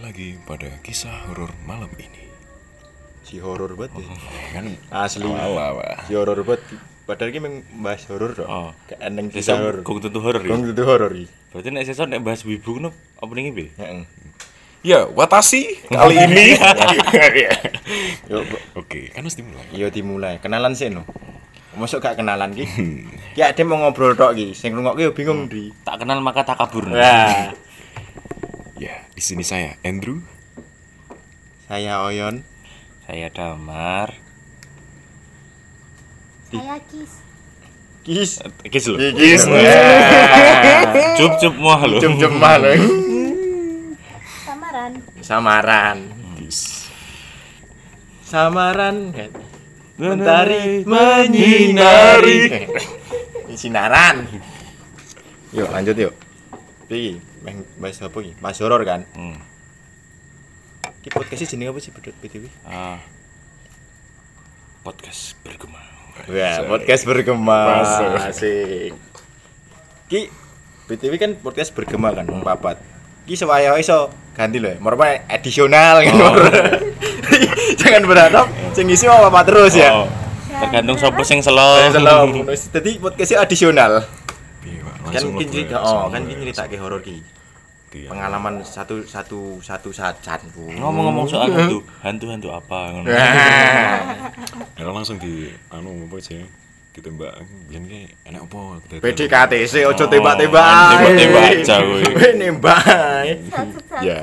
lagi pada kisah horor malam ini. si horor banget ya. Kan asli awal-awal. si horor banget padahal ki meng bahas horor dong Oh. kayak eneng kisah Desa horor kung tentu horor ya. kong itu horor iki Berarti nek sesuk nek bahas wibu ngono opening piye? heeh Ya, watasi Nah. kali ini. yo bo- Oke, kan harus dimulai. yo dimulai kenalan sih no masuk gak kenalan ki ya dia mau ngobrol tok ki sing rungokne yo bingung di Tak kenal maka tak kabur. nah Ya, di sini saya Andrew. saya Oyon Saya Damar. Saya kis. kis Kis lho. kis Cup cup moh lho. jem jem malah Samaran. samaran Yes. samaran mentari menyinari sinaran yuk lanjut yuk iki meng bahas apa iki mas horor kan Hmm. iki podcast jenenge apa sih Bedut PTW Ah. Podcast bergema. wah podcast bergema asik iki PTW kan podcast bergema kan wong papat iki sewaya iso ganti lho mereka additional kan jangan berharap sing isi mau papat terus ya Oh, tergantung sopo sing selo. Salam. Jadi podcastnya adisional. Oh, Iya, Pak, kan langsung ki lah, ya. cerita Pak, oh langsung ya, kan ki lah. cerita ke horor ki Iya. pengalaman satu satu satu sajan bu Ngomong-ngomong soal hantu, hantu-hantu apa ngono. Ya, langsung di anu apa sih? Ditembak. Biyen ki enak apa? Kita- PDKTC ojo Oh, tembak-tembak tembak-tembak aja kowe. kowe nembak ae. Satu-satu. Ya.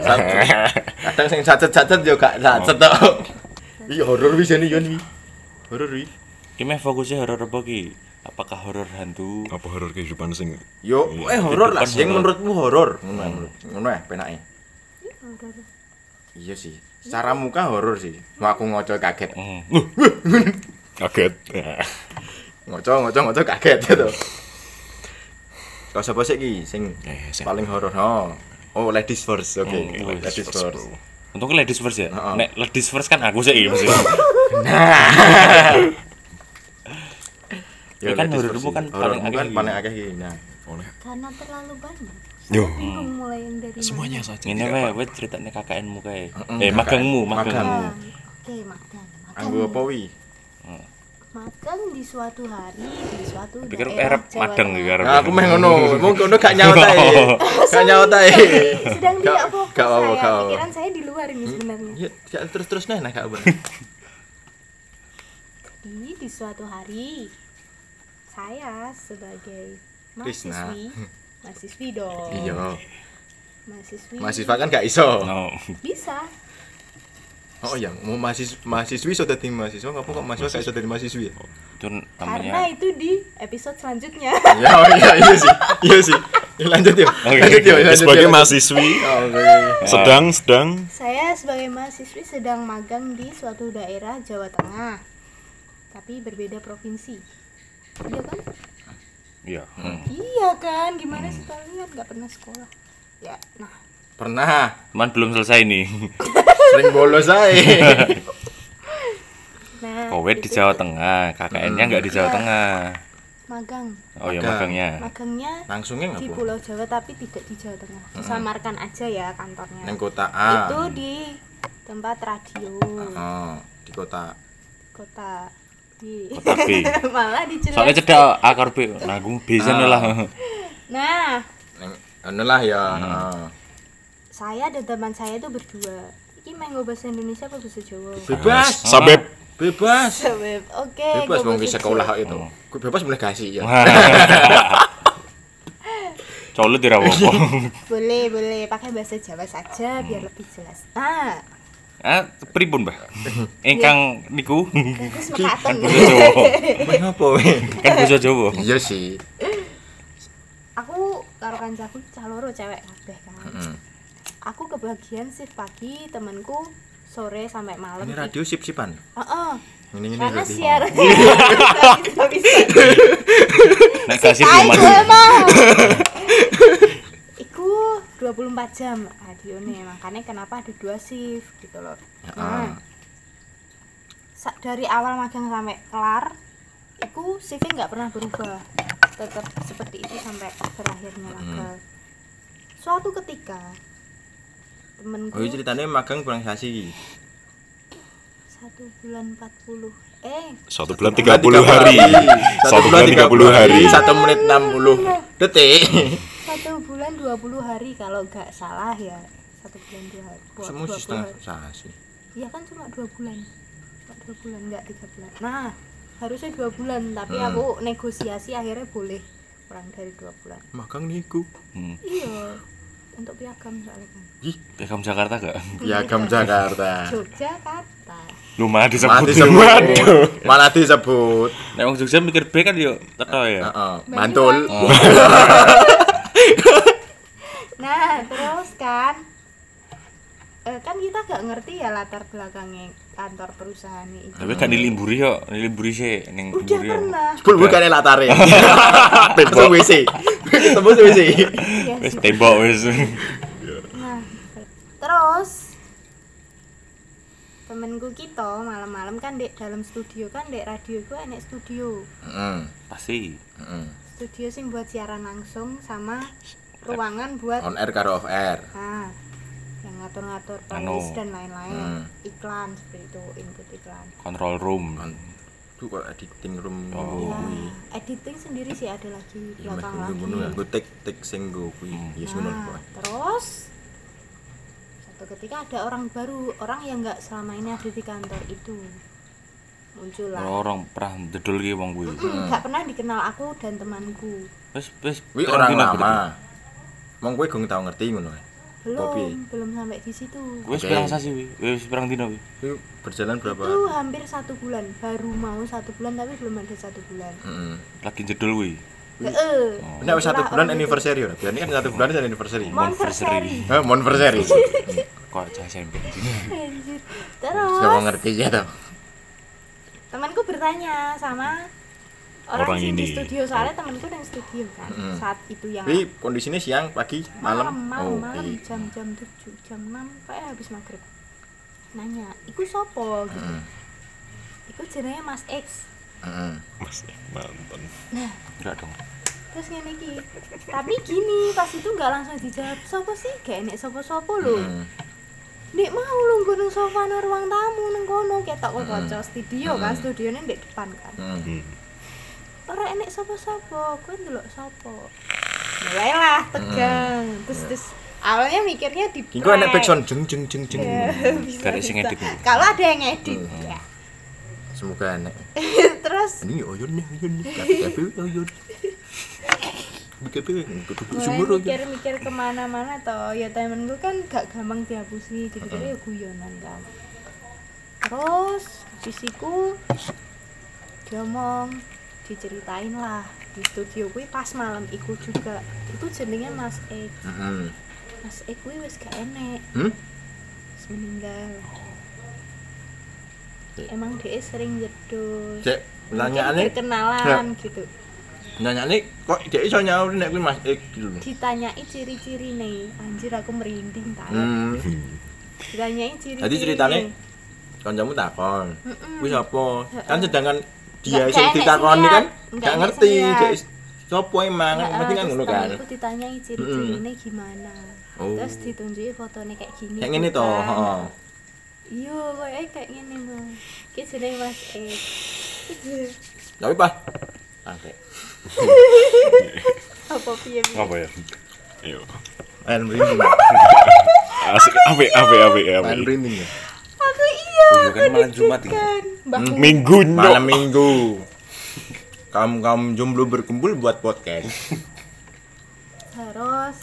kadang sing sacet-sacet yo gak sacet Oh. tok iki horor wis ini yon wi horor wi Ki meh fokusnya horor apa ki? Apakah horor hantu? Apa horor kehidupan sing yo eh horor lah kehidupan sing Iya, horor. Hmm. menurutmu horor ngono ae, menurut- ngono ya penake iya sih secara muka horor sih Mau aku ngoco kaget Hmm. kaget. ngoco ngoco ngoco kaget gitu kau siapa sih ki sing Eh, sing- paling horor oh oh ladies first oke Hmm, ladies, ladies first, bro. Untung ki ladies first ya. Heeh. Nek ladies first kan aku sih mesti. Ya kan Nah. ladies horormu first sih. kan horormu paling kan akeh paling akeh ki nah Oleh Karena terlalu banyak. Yo. Bingung mulai yang dari Semuanya saja. Ngene tidak wae apa-apa. wae ceritane KKNmu kae. Heeh, Eh KKN. magangmu, mana. magangmu. Magang. Oke, magang. Magang. anggo apa wi Magang di suatu hari, di suatu Pikir daerah erep Iya, Jawa madang Tengah. iki arep. Nah, aku meh ngono, mung ngono gak nyautai. Gak nyautai. Sedang tidak fokus gak apa-apa, saya. gak apa-apa. Pikiran saya di luar ini sebenarnya. Ya, terus-terus nah nah gak apa. Jadi di suatu hari saya sebagai Krisna. mahasiswi, mahasiswi dong. Iya. Mahasiswi. Mahasiswa kan gak iso. No. Bisa. Oh iya, mau mahasiswa mahasiswi iso dadi mahasiswa ngapa kok mahasiswa gak iso dadi mahasiswi ya? Itu Karena namanya. itu di episode selanjutnya. Ya oh iya iya sih. Iya sih. Ya, Lanjut yuk. Oke, Lanjut yuk. lanjut, Sebagai yuk. mahasiswi Oh, Oke. sedang sedang Saya sebagai mahasiswi sedang magang di suatu daerah Jawa Tengah, tapi berbeda provinsi. Iya kan? Iya. Hmm. Iya kan? Gimana sih kalian nggak pernah sekolah? Ya, nah Pernah Cuman belum selesai nih. sering bolos aja. Nah, Kowet Oh, di itu Jawa Tengah, KKN-nya enggak di Jawa Iya. Tengah. Magang, Oh ya Magang. magangnya. magangnya Nah, Langsungnya di ngapa? Pulau Jawa tapi tidak di Jawa Tengah. Hmm. Disamarkan aja ya kantornya. Neng kota A. Itu di tempat radio Hmm. Oh, di kota. kota di Kota B. malah dijelaskan. Soalnya cedak akar B. Nah, aku biasanya Ah. lah. Nah, Neng anu lah ya. heeh. saya dan teman saya itu berdua. Ini main nggo bahasa Indonesia apa bahasa Jawa? Bebas, sabep bebas. Sebeb. Oke. Bebas wong nggo ki bahasa sekolah Jawa. kok itu. Ku bebas mulai kasih ya. Colut di rawopo. Boleh, boleh. Pakai bahasa Jawa saja biar lebih jelas. Nah, Ah, pripun, Mbah? Iya. Ingkang niku Hmm. terus mekaten. basa Jawa. Wah, ngapa weh? Kan basa Jawa. Iya sih. Aku karo kancaku cah loro cewek kabeh kan. Heeh. Aku kebagian shift pagi, temanku sore sampai malam. Ini radio sip-sipan. Heeh. Ini ini Karena radio. siaran. Bisa bisa. Nek kasih Ayo belum gue ada. emang. Iku 24 jam radio nih, makanya kenapa ada dua shift gitu loh. Heeh. Nah, sa- dari awal magang sampai kelar, iku shiftnya nggak pernah berubah, tetap Hmm. seperti itu sampai berakhirnya magang. Suatu ketika temenku Oh, iya, ceritanya magang kurang sasi iki. satu bulan 40 eh Satu bulan 30 hari. Satu bulan 30 hari. Satu menit 60 detik. satu bulan 20 hari kalau nggak salah ya satu bulan dua hari dua- Semua 20 setengah hari. sasi. Iya kan cuma dua bulan cuma dua bulan nggak tiga bulan nah harusnya dua bulan tapi Hmm. aku negosiasi akhirnya boleh kurang dari dua bulan Magang niku. Hmm. iya untuk piagam soalnya kan Ah. Piagam Jakarta gak? Piagam Jakarta. Yogyakarta Lu mah disebut Mati Waduh. disebut. Malah disebut. Nek wong Jogja mikir B kan yo teko ya. Heeh, mantul. kan- nah terus kan eh, kan kita nggak ngerti ya latar belakangnya kantor perusahaan itu Tapi kan diliburi yo, diliburi sih ning udah yo. pernah Pul bukan latare. Tembok WC. Tembok WC. ya, Wis sudah. tembok wis. Nah, terus temenku kita malam-malam kan dek dalam studio kan dek radio itu enek studio Heeh. Pasti. heeh. studio sing buat siaran langsung sama ruangan buat On air karo off air. ah, yang ngatur-ngatur Anu. playlist dan lain-lain Hmm. iklan seperti itu input iklan Control room. Tuh kok editing room Oh. Nah, kuwi. editing sendiri sih ada lagi di Ya, mas belakang gue lagi ngono ya, gue tek tek sing gue kuwi. Hmm. Ya ngono Nah, kok. terus satu ketika ada orang baru, orang yang nggak selama ini ada di kantor itu muncullah. Oh, Ora orang pernah dedul ki wong iya. kuwi. Mm, nggak pernah dikenal aku dan temanku. Wis wis Kuwi pirang orang dina lama. berarti? Mong kowe gong tau ngerti ngono. Belum, Tapi- belum sampai di situ. Wis Oke. pirang sasi kuwi. Wis pirang dina kuwi. Kuwi berjalan Itu berapa? hampir satu bulan, baru mau satu bulan tapi belum ada satu bulan. Heeh. Lagi jedul kuwi. Heeh. Ini wis satu Itulah bulan orang itu. anniversary ora. Biasanya kan satu bulan itu anniversary. eh, Monversary. Hah, monversary. Kok cah SMP. Anjir. Siapa Terus ngerti ya tau. temanku bertanya sama orang, Orang sing di ini. studio soalnya temanku yang studio kan Mm. saat itu yang Kuwi kondisinya siang, pagi, malam. malam malam Oh, malam iya. jam jam tujuh jam enam kayak habis maghrib nanya iku sopo gitu Heeh. iku jenenge Mas X Heeh. Mas, mantan. Enggak dong. terus ngene iki tapi gini pas itu nggak langsung dijawab sopo sih gak enek sopo sopo lho Heeh. Nek mau lungguh nang sofa nang ruang tamu nang kono ketok kok kaca studio kan studione ndek depan kan. Heeh. Hmm. Ora enek sapa-sapa, kowe ndelok sapa. Mulailah tegang. Terus terus awalnya mikirnya di Iku enak backsound jeng jeng jeng jeng. Ya, bisa, Gak ada sing bisa. ngedit gitu. Kalau ada yang ngedit ya. Semoga enak. Eh. Terus Ini oyun nih, oyun nih. Tapi oyun. BKP kudu mulai sumur oyun. mikir-mikir kemana-mana toh ya temen gue kan gak gampang dihapusi gitu-gitu ya guyonan kan terus sisiku diomong diceritain lah di studio gue pas malam iku juga itu jenenge Mas Ek Heeh. Mas Ek gue wis gak enek Hmm? wis meninggal emang dia sering jedus Cek, pertanyaannya- kenalan gitu Nanya nih, kok dia iso nyaur nek kuwi Mas Ek gitu lho. ditanyai ciri-ciri nih anjir aku merinding tak Hmm. ditanyai ciri-ciri Iya. Jadi ceritanya kancamu takon. Mm-mm. Kuwi sapa? Kan sedangkan Nggak- dia nggak sing enek ditakoni sing kan lihat. Nggak enggak enek ngerti sing lihat. dia is- sapa emang, Heeh, mesti kan Iya, terus ngono kan. temanku ditanyai ciri-cirinya gimana Oh. terus ditunjuki fotonya kayak gini Kayak ngene to, kan. heeh. iya kayaknya kayak gini mas kayak jeneng mas E Tapi pas Oke. apa piye piye Apa ya? Ayo. Ayan merinding. Asik ya, ape ape ape Ayan ape. merinding ya. aku Oh, iya iya aku kan malam Jumat ini. deg-degan Hmm. mbakku Minggu Malam no. Minggu. Kamu kamu jomblo berkumpul buat podcast. terus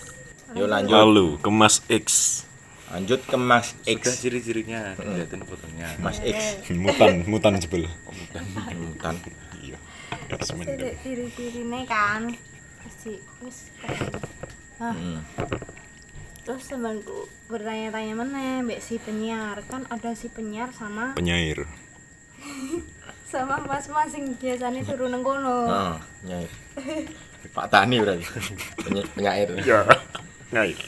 Yuk lanjut. Lalu ke Mas X. Lanjut ke Mas Sudah X. ciri-cirinya, dilihatin fotonya. Mas X. Mutan, mutan jebel. Hutan. Oh, Iya. Terus mendem. ciri ciri cirine kan terus di wis kayak- Hah. Hmm. terus temanku bertanya-tanya mana mbak si penyiar kan ada si penyiar sama Penyair. sama mas-mas yang biasanya turun nang kono Nah, nyai. Pak Tani berarti. Peny- penyair. Ya. iya. Nyair.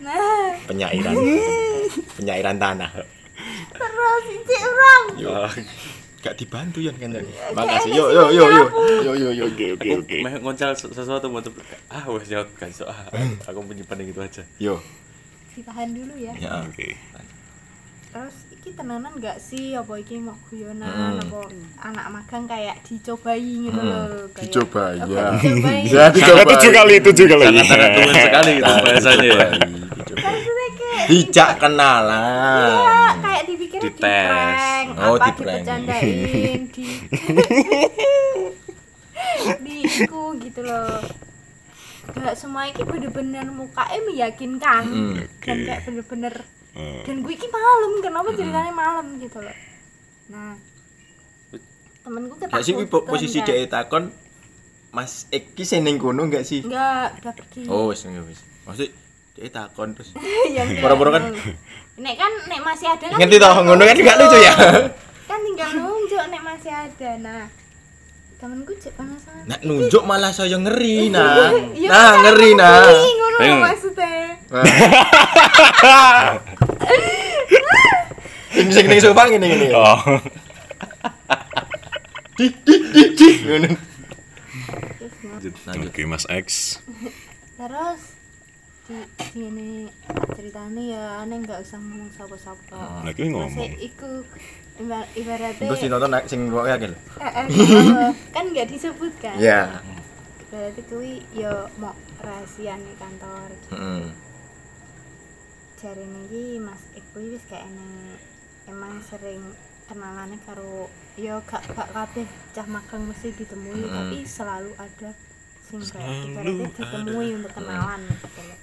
Nah, Penyairan. Hmm. Penyairan tanah. Oh. terus ini orang. Yuk. Gak dibantu ya kan tadi. Makasih. Yo yo yo yo. Yo yo yo. Oke oke Aku oke. meh ya, ngoncal se- sesuatu mau tuh ah wes nyaut kan so ah aku menyimpan yang itu aja Yo. ditahan dulu ya Ya. Oke. terus iki tenanan gak sih apa iki mau guyonan Hmm. apa anak magang kayak dicobai gitu Hmm. loh kayak- Dicobai, Oh, ya. dicobai. Ya, dicoba. Sangat tujuh kali, tujuh kali. sangat tuan sekali itu bahasanya ya Dicoba. Maksudnya kayak Dijak Iya, kenalan. kayak dipikirin Dites. prank, Oh, apa diprank. dipecandain, di di iku gitu loh. Gak semua ini bener-bener mukanya meyakinkan Mm, dan oke. kayak bener-bener Eh, dan gue iki malam kenapa ceritanya malam gitu loh. Nah, temenku Gak ketakutan. sih po- posisi kan. dia takon Mas Eki seneng kono gak sih? Enggak, udah pergi. Oh, wis wis. Maksud dia takon terus. Ya enggak. Boro-boro kan. Nek kan nek masih ada kan. Ngerti toh tinggal ngono kan gak lucu ya. kan tinggal nunjuk nek masih ada nah temenku cek penasaran Nak nunjuk malah saya ngeri, Nang. Iya, Nah, kan, ngeri, aku Nang. beli, ngono lho Ayo. maksudnya Sing sing ning sofa ngene ngene. Oh. Ngono. Terus ngap- Lanjut. Oke, Mas X. terus di sini ceritanya ya aneh nggak usah ngomong Ah. sapa-sapa Nah, kuwi ngomong. Masih iku iba- ibaratnya Terus sinonton nak sing ya, ruwet akeh lho. eh, eh, kalau- kan nggak disebut kan Iya. berarti kui yo mau rahasia nih kantor gitu. Heeh. jari ini mas Iku wis kayak ini emang sering kenalannya karo yo gak gak kabeh cah magang mesti Mm. ditemui tapi selalu ada sing kayak Selalu ibaratnya ditemui untuk kenalan gitu loh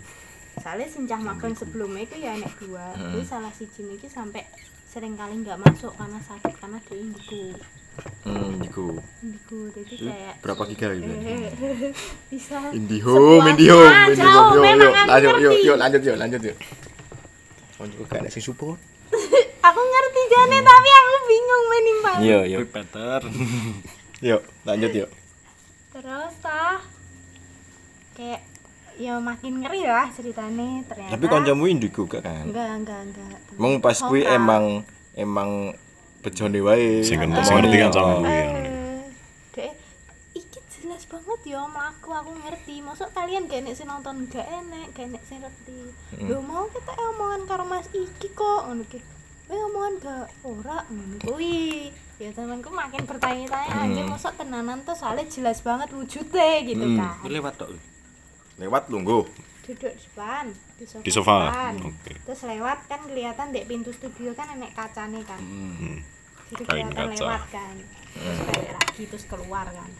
soalnya sing cah magang sebelumnya itu ya enak dua Mm. itu salah si Jin iki sampai sering kali nggak masuk karena sakit karena dia indigo Hmm, iku. indigo Gitu, jadi kayak Berapa giga gitu? eh, bisa Indihome, Indihome, sepuasnya. Indihome. Yo, jauh yo, memang aku lanjut, yo, ngerti. yo, lanjut, yo, lanjut, yo. Konco Oh, gak ada sing support. aku ngerti jane tapi aku bingung menimpal Hmm. Iya, iya. Peter Yo, lanjut, yo. Iya. terus tah kayak ya makin ngeri lah ceritanya ternyata Tapi koncomu indigo gak kan? enggak enggak enggak Emang pas Hoka. kuwi emang emang bejone wae. Sing Omongane. sing ngerti kan sama Oh, kuwi. eh dek iki jelas banget ya mlaku aku ngerti maksud kalian gak enek sing nonton gak enek gak enek sing ngerti lho mau kita eh, omongan karo mas iki kok ngono ki Weh omongan gak ora ngono kuwi ya temanku makin bertanya-tanya anjir mosok tenanan tuh soalnya jelas banget wujudnya gitu Hmm. kan Ini lewat tok Lewat lungguh. duduk di depan di sofa, Di sofa. depan. Oke. terus lewat kan kelihatan dek pintu studio kan enek kacane kan Hmm. jadi Kain kelihatan kaca. lewat kan terus balik lagi terus keluar kan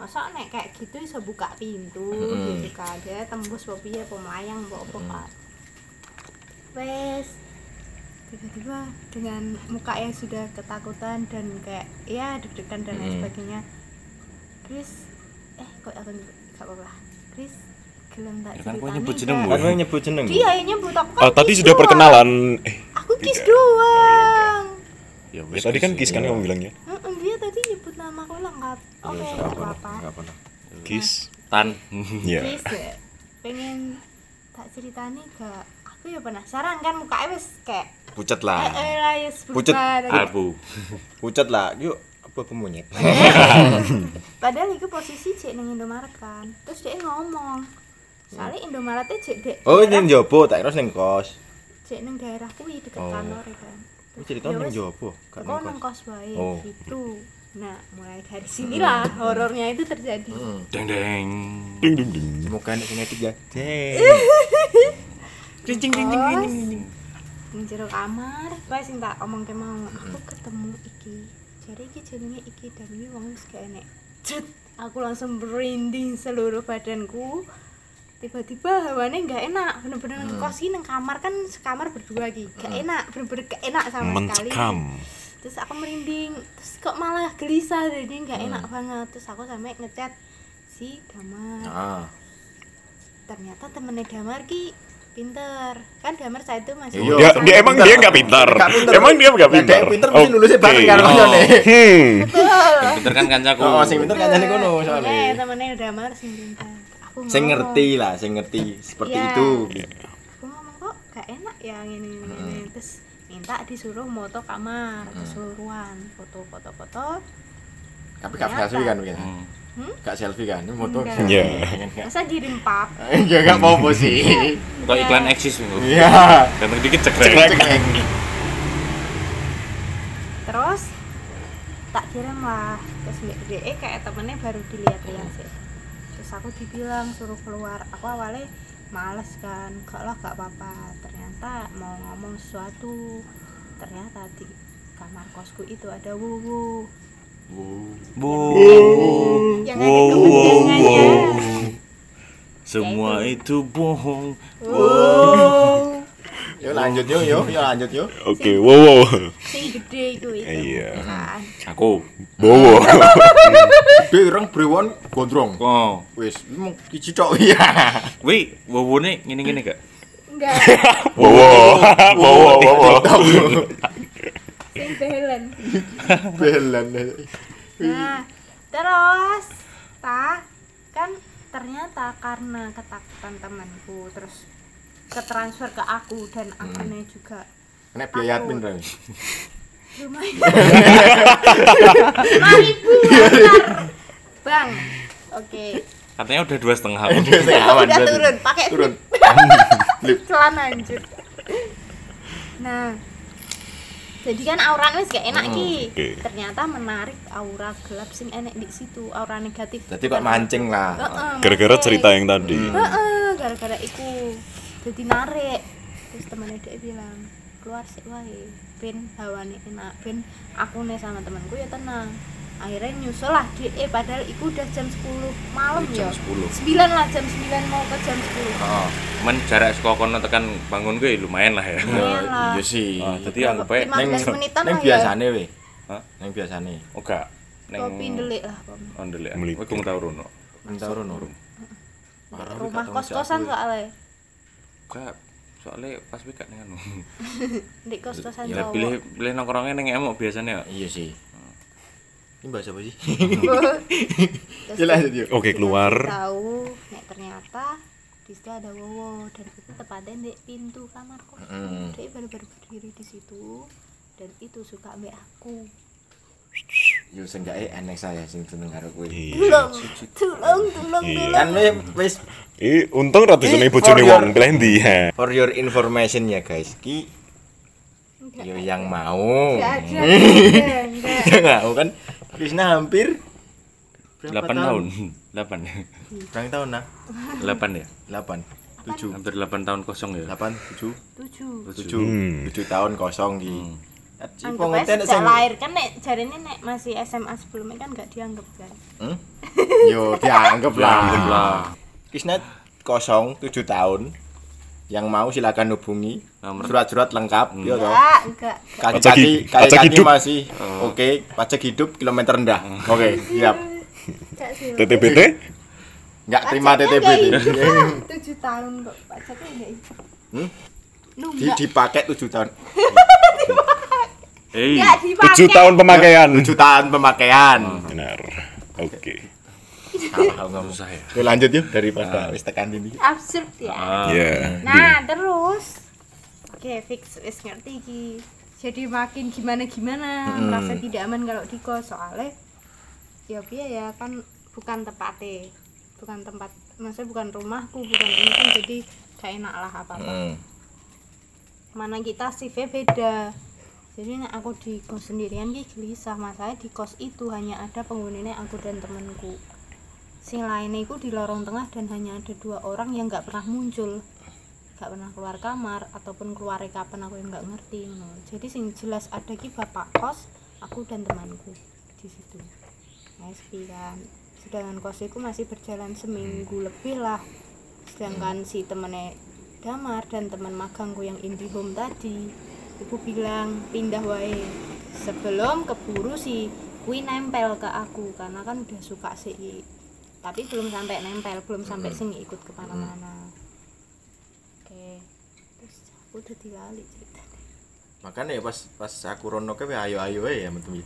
masa nek kayak gitu bisa buka pintu Mm-mm. gitu kan dia tembus bobi ya pemayang mbok apa kan wes tiba-tiba dengan muka yang sudah ketakutan dan kayak ya deg-degan dan lain Mm. sebagainya Chris eh kok aku nyebut gak apa-apa Chris gelem tak Ya kan, kok ceritani nyebut gak? jenengmu. Kan yang nyebut jeneng. Dia yang nyebut aku kan Oh, Ah, tadi Kiss sudah doang. perkenalan. Eh, Aku kiss Tidak. doang. ya ya tadi kan Kis kan kamu bilangnya. Heeh, dia tadi nyebut nama aku lengkap. Oke, Iya, nggak nggak apa-apa. nggak apa-apa. Kis. tan Iya. Kiss ya. Pengen tak ceritani gak? Aku ya penasaran kan mukanya wis kayak Pucet eh lah. eh lah ya sebentar. Ah. Pucet. Ah. albu Pucet lah. Yuk, apa pemunyet? Padahal itu posisi cek neng Indomaret kan. Terus dia ngomong. Soalnya Indomaretnya cek dek. Hmm. Oh, ning jopo, tak kira ning kos. Cek neng daerah kuwi dekat Oh. kantor ya kan. Kuwi Terus cerita ya ning wis, jopo, gak Kok ning nang kos. kos wae Oh. Hmm. gitu. Nah, mulai dari sinilah horornya itu terjadi. deng deng Ding ding ding. Semoga nek sing edit ya. Jeng. ding Terus ning jero kamar, wae sing tak omongke mau aku ketemu iki. Jadi iki jenenge iki dan iki wong wis gak enek. Cet, aku langsung merinding seluruh badanku. Tiba-tiba hawane gak enak, bener-bener hmm. kos iki nang kamar kan sekamar berdua iki. Gak enak, bener-bener gak enak sama sekali. Mencekam. Terus aku merinding, terus kok malah gelisah jadi gak enak banget. Terus aku sampe ngechat si Damar. Ah. ternyata temennya Damar ki pinter kan Damar saya itu masih Iya. Dia, dia emang dia nggak pintar. Nggak pinter. Emang dia nggak Nah, pintar. dia pinter mesti lulusnya bareng Oke. karo Oh. konyone. Hmm. Peter kan kancaku Oh, sing pinter kancane kono soalnya. temennya Iya, temennya Damar sing pinter aku Sing ngomong, ngerti lah, sing ngerti seperti Iya. itu. aku ngomong kok gak enak ya ini ini, ini. terus minta disuruh moto kamar keseluruhan foto foto foto tapi gak Kelihatan. selfie kan mungkin Hmm. gak selfie kan ini foto Enggak. Iya. masa ngirim pap ya gak mau sih Atau iklan eksis minggu. iya Ganteng dikit Cek, cekrek. cek. terus tak kirim lah terus mbak DE kayak temennya baru dilihat-lihat sih terus aku dibilang suruh keluar aku awalnya males kan gak lah gak apa-apa ternyata mau ngomong sesuatu ternyata di kamar kosku itu ada wuwu Bu. yang Wow, ada wow, kebencangannya wow. Semua itu bohong. wow Yuk lanjut yuk, yuk, yuk lanjut yuk. Oke, wow, wow. sing gede itu itu Iya. kan Aku. Bowo. Dia orang brewon gondrong. Oh. Wis, mau kiji tok iya. Wih, wawone ngene-ngene gak? enggak Bowo. Bowo, bowo. sing belen Belan. Nah, terus ta kan ternyata karena ketakutan temanku terus ketransfer ke aku dan Hmm. akunnya juga Nek biaya admin ra. lumayan. Lima ribu, Iya, mantap. Bang. Oke. Katanya udah dua setengah. Udah turun, pakai Turun. Flip. celana anjir. Nah, jadi kan aurane wis gak Hmm, enak ki. oke. Ternyata menarik aura gelap sing enek di situ, aura negatif. Jadi kok mancing lah. Heeh, Gara-gara mancing. cerita yang tadi. Heeh, gara-gara iku jadi narik terus temennya dia bilang keluar sih wae ben hawane enak ben aku nih sama temanku ya tenang akhirnya nyusul lah DE padahal iku udah jam 10 malam Jam ya 10. 9 lah jam 9 mau ke jam 10 Oh, Men jarak sekolah kono tekan bangun gue lumayan lah ya. Lumayan lah. iya sih. Oh, tadi anggap ae 15 menitan neng lah ya. biasane we. Hah? Neng biasane. Oga. kopi ndelik lah Pom. Oh, ndelik. Melipir. Kowe tau rono. Entar rono. Parah, rumah gak tau kos-kosan siapa. soalnya Gak soalnya pas gue gak dengan. di kos-kosan Ya cowok pilih pilih nongkrongnya neng emok biasanya. Iya sih. Ini bahasa apa sih? Terus Ya lanjut yuk. Oke, keluar. tahu nek ternyata di situ ada Wowo dan itu tepatnya di pintu kamar kos Mm. dia baru-baru berdiri di situ dan itu suka mbak aku Yo seenggaknya enek saya sing seneng karo kowe. Iya. tolong tolong tolong tolong Kan we- wis Ih, untung ratu sini bojone For your- wong blendi ya. for your information ya guys. Ki yo yang mau. Nggak ada, nggak ada. Enggak tahu kan Krisna hampir 8 tahun. 8. Berapa tahun nah? 8 ya. 8 7 Hampir 8 tahun kosong ya. 8 7 tujuh Hmm. 7 7 tahun kosong ki. Si anggapnya pengonten sejak sing lahir kan nek jarene nek masih SMA sebelumnya kan nggak dianggap kan Hmm? Yo dianggap Dianggap lah. lah. Krisna kosong 7 tahun. Yang mau silakan hubungi. Nomor- Hmm. Surat-surat lengkap yo toh. enggak enggak Kaki-kaki Pajak hi- pajak kaki-kaki hidup. masih oke, pajak hidup kilometer rendah. Oke, siap. enggak sih TTBT? Enggak terima Pajaknya TTB. nggak hidup, tujuh tahun kok pajaknya nggak hidup Hmm? lu Di nggak dipakai 7 tahun. Hei. nggak dipakai 7 tahun pemakaian. 7 tahun pemakaian. Benar. Oke. Salah aku ngomong. Susah ya. Oke, lanjut yuk daripada wis tekan ini. absurd ya Ah. Ya. nah terus oke fix wis ngerti ki jadi makin gimana gimana merasa tidak aman kalau di kos soalnya ya piye ya kan bukan tempatnya bukan tempat maksudnya bukan rumahku bukan ini kan jadi gak enak lah apa apa Hmm. mana kita shiftnya beda jadi nek aku di kos sendirian ki gelisah masalahnya di kos itu hanya ada penghuninya aku dan temenku sing lainnya itu di lorong tengah dan hanya ada dua orang yang nggak pernah muncul nggak pernah keluar kamar ataupun keluar kapan aku yang nggak ngerti ngono. jadi sing jelas ada ki bapak kos aku dan temanku di situ nice ki kan sedangkan kos itu masih berjalan seminggu lebih lah sedangkan si temennya damar dan teman magangku yang indihome tadi ibu bilang pindah wae sebelum keburu si kui nempel ke aku karena kan udah suka si tapi belum sampai nempel belum sampai sing ikut kemana-mana oke terus aku udah dilali cerita Makanya ya pas pas aku rono ke ayo ayo ya metu.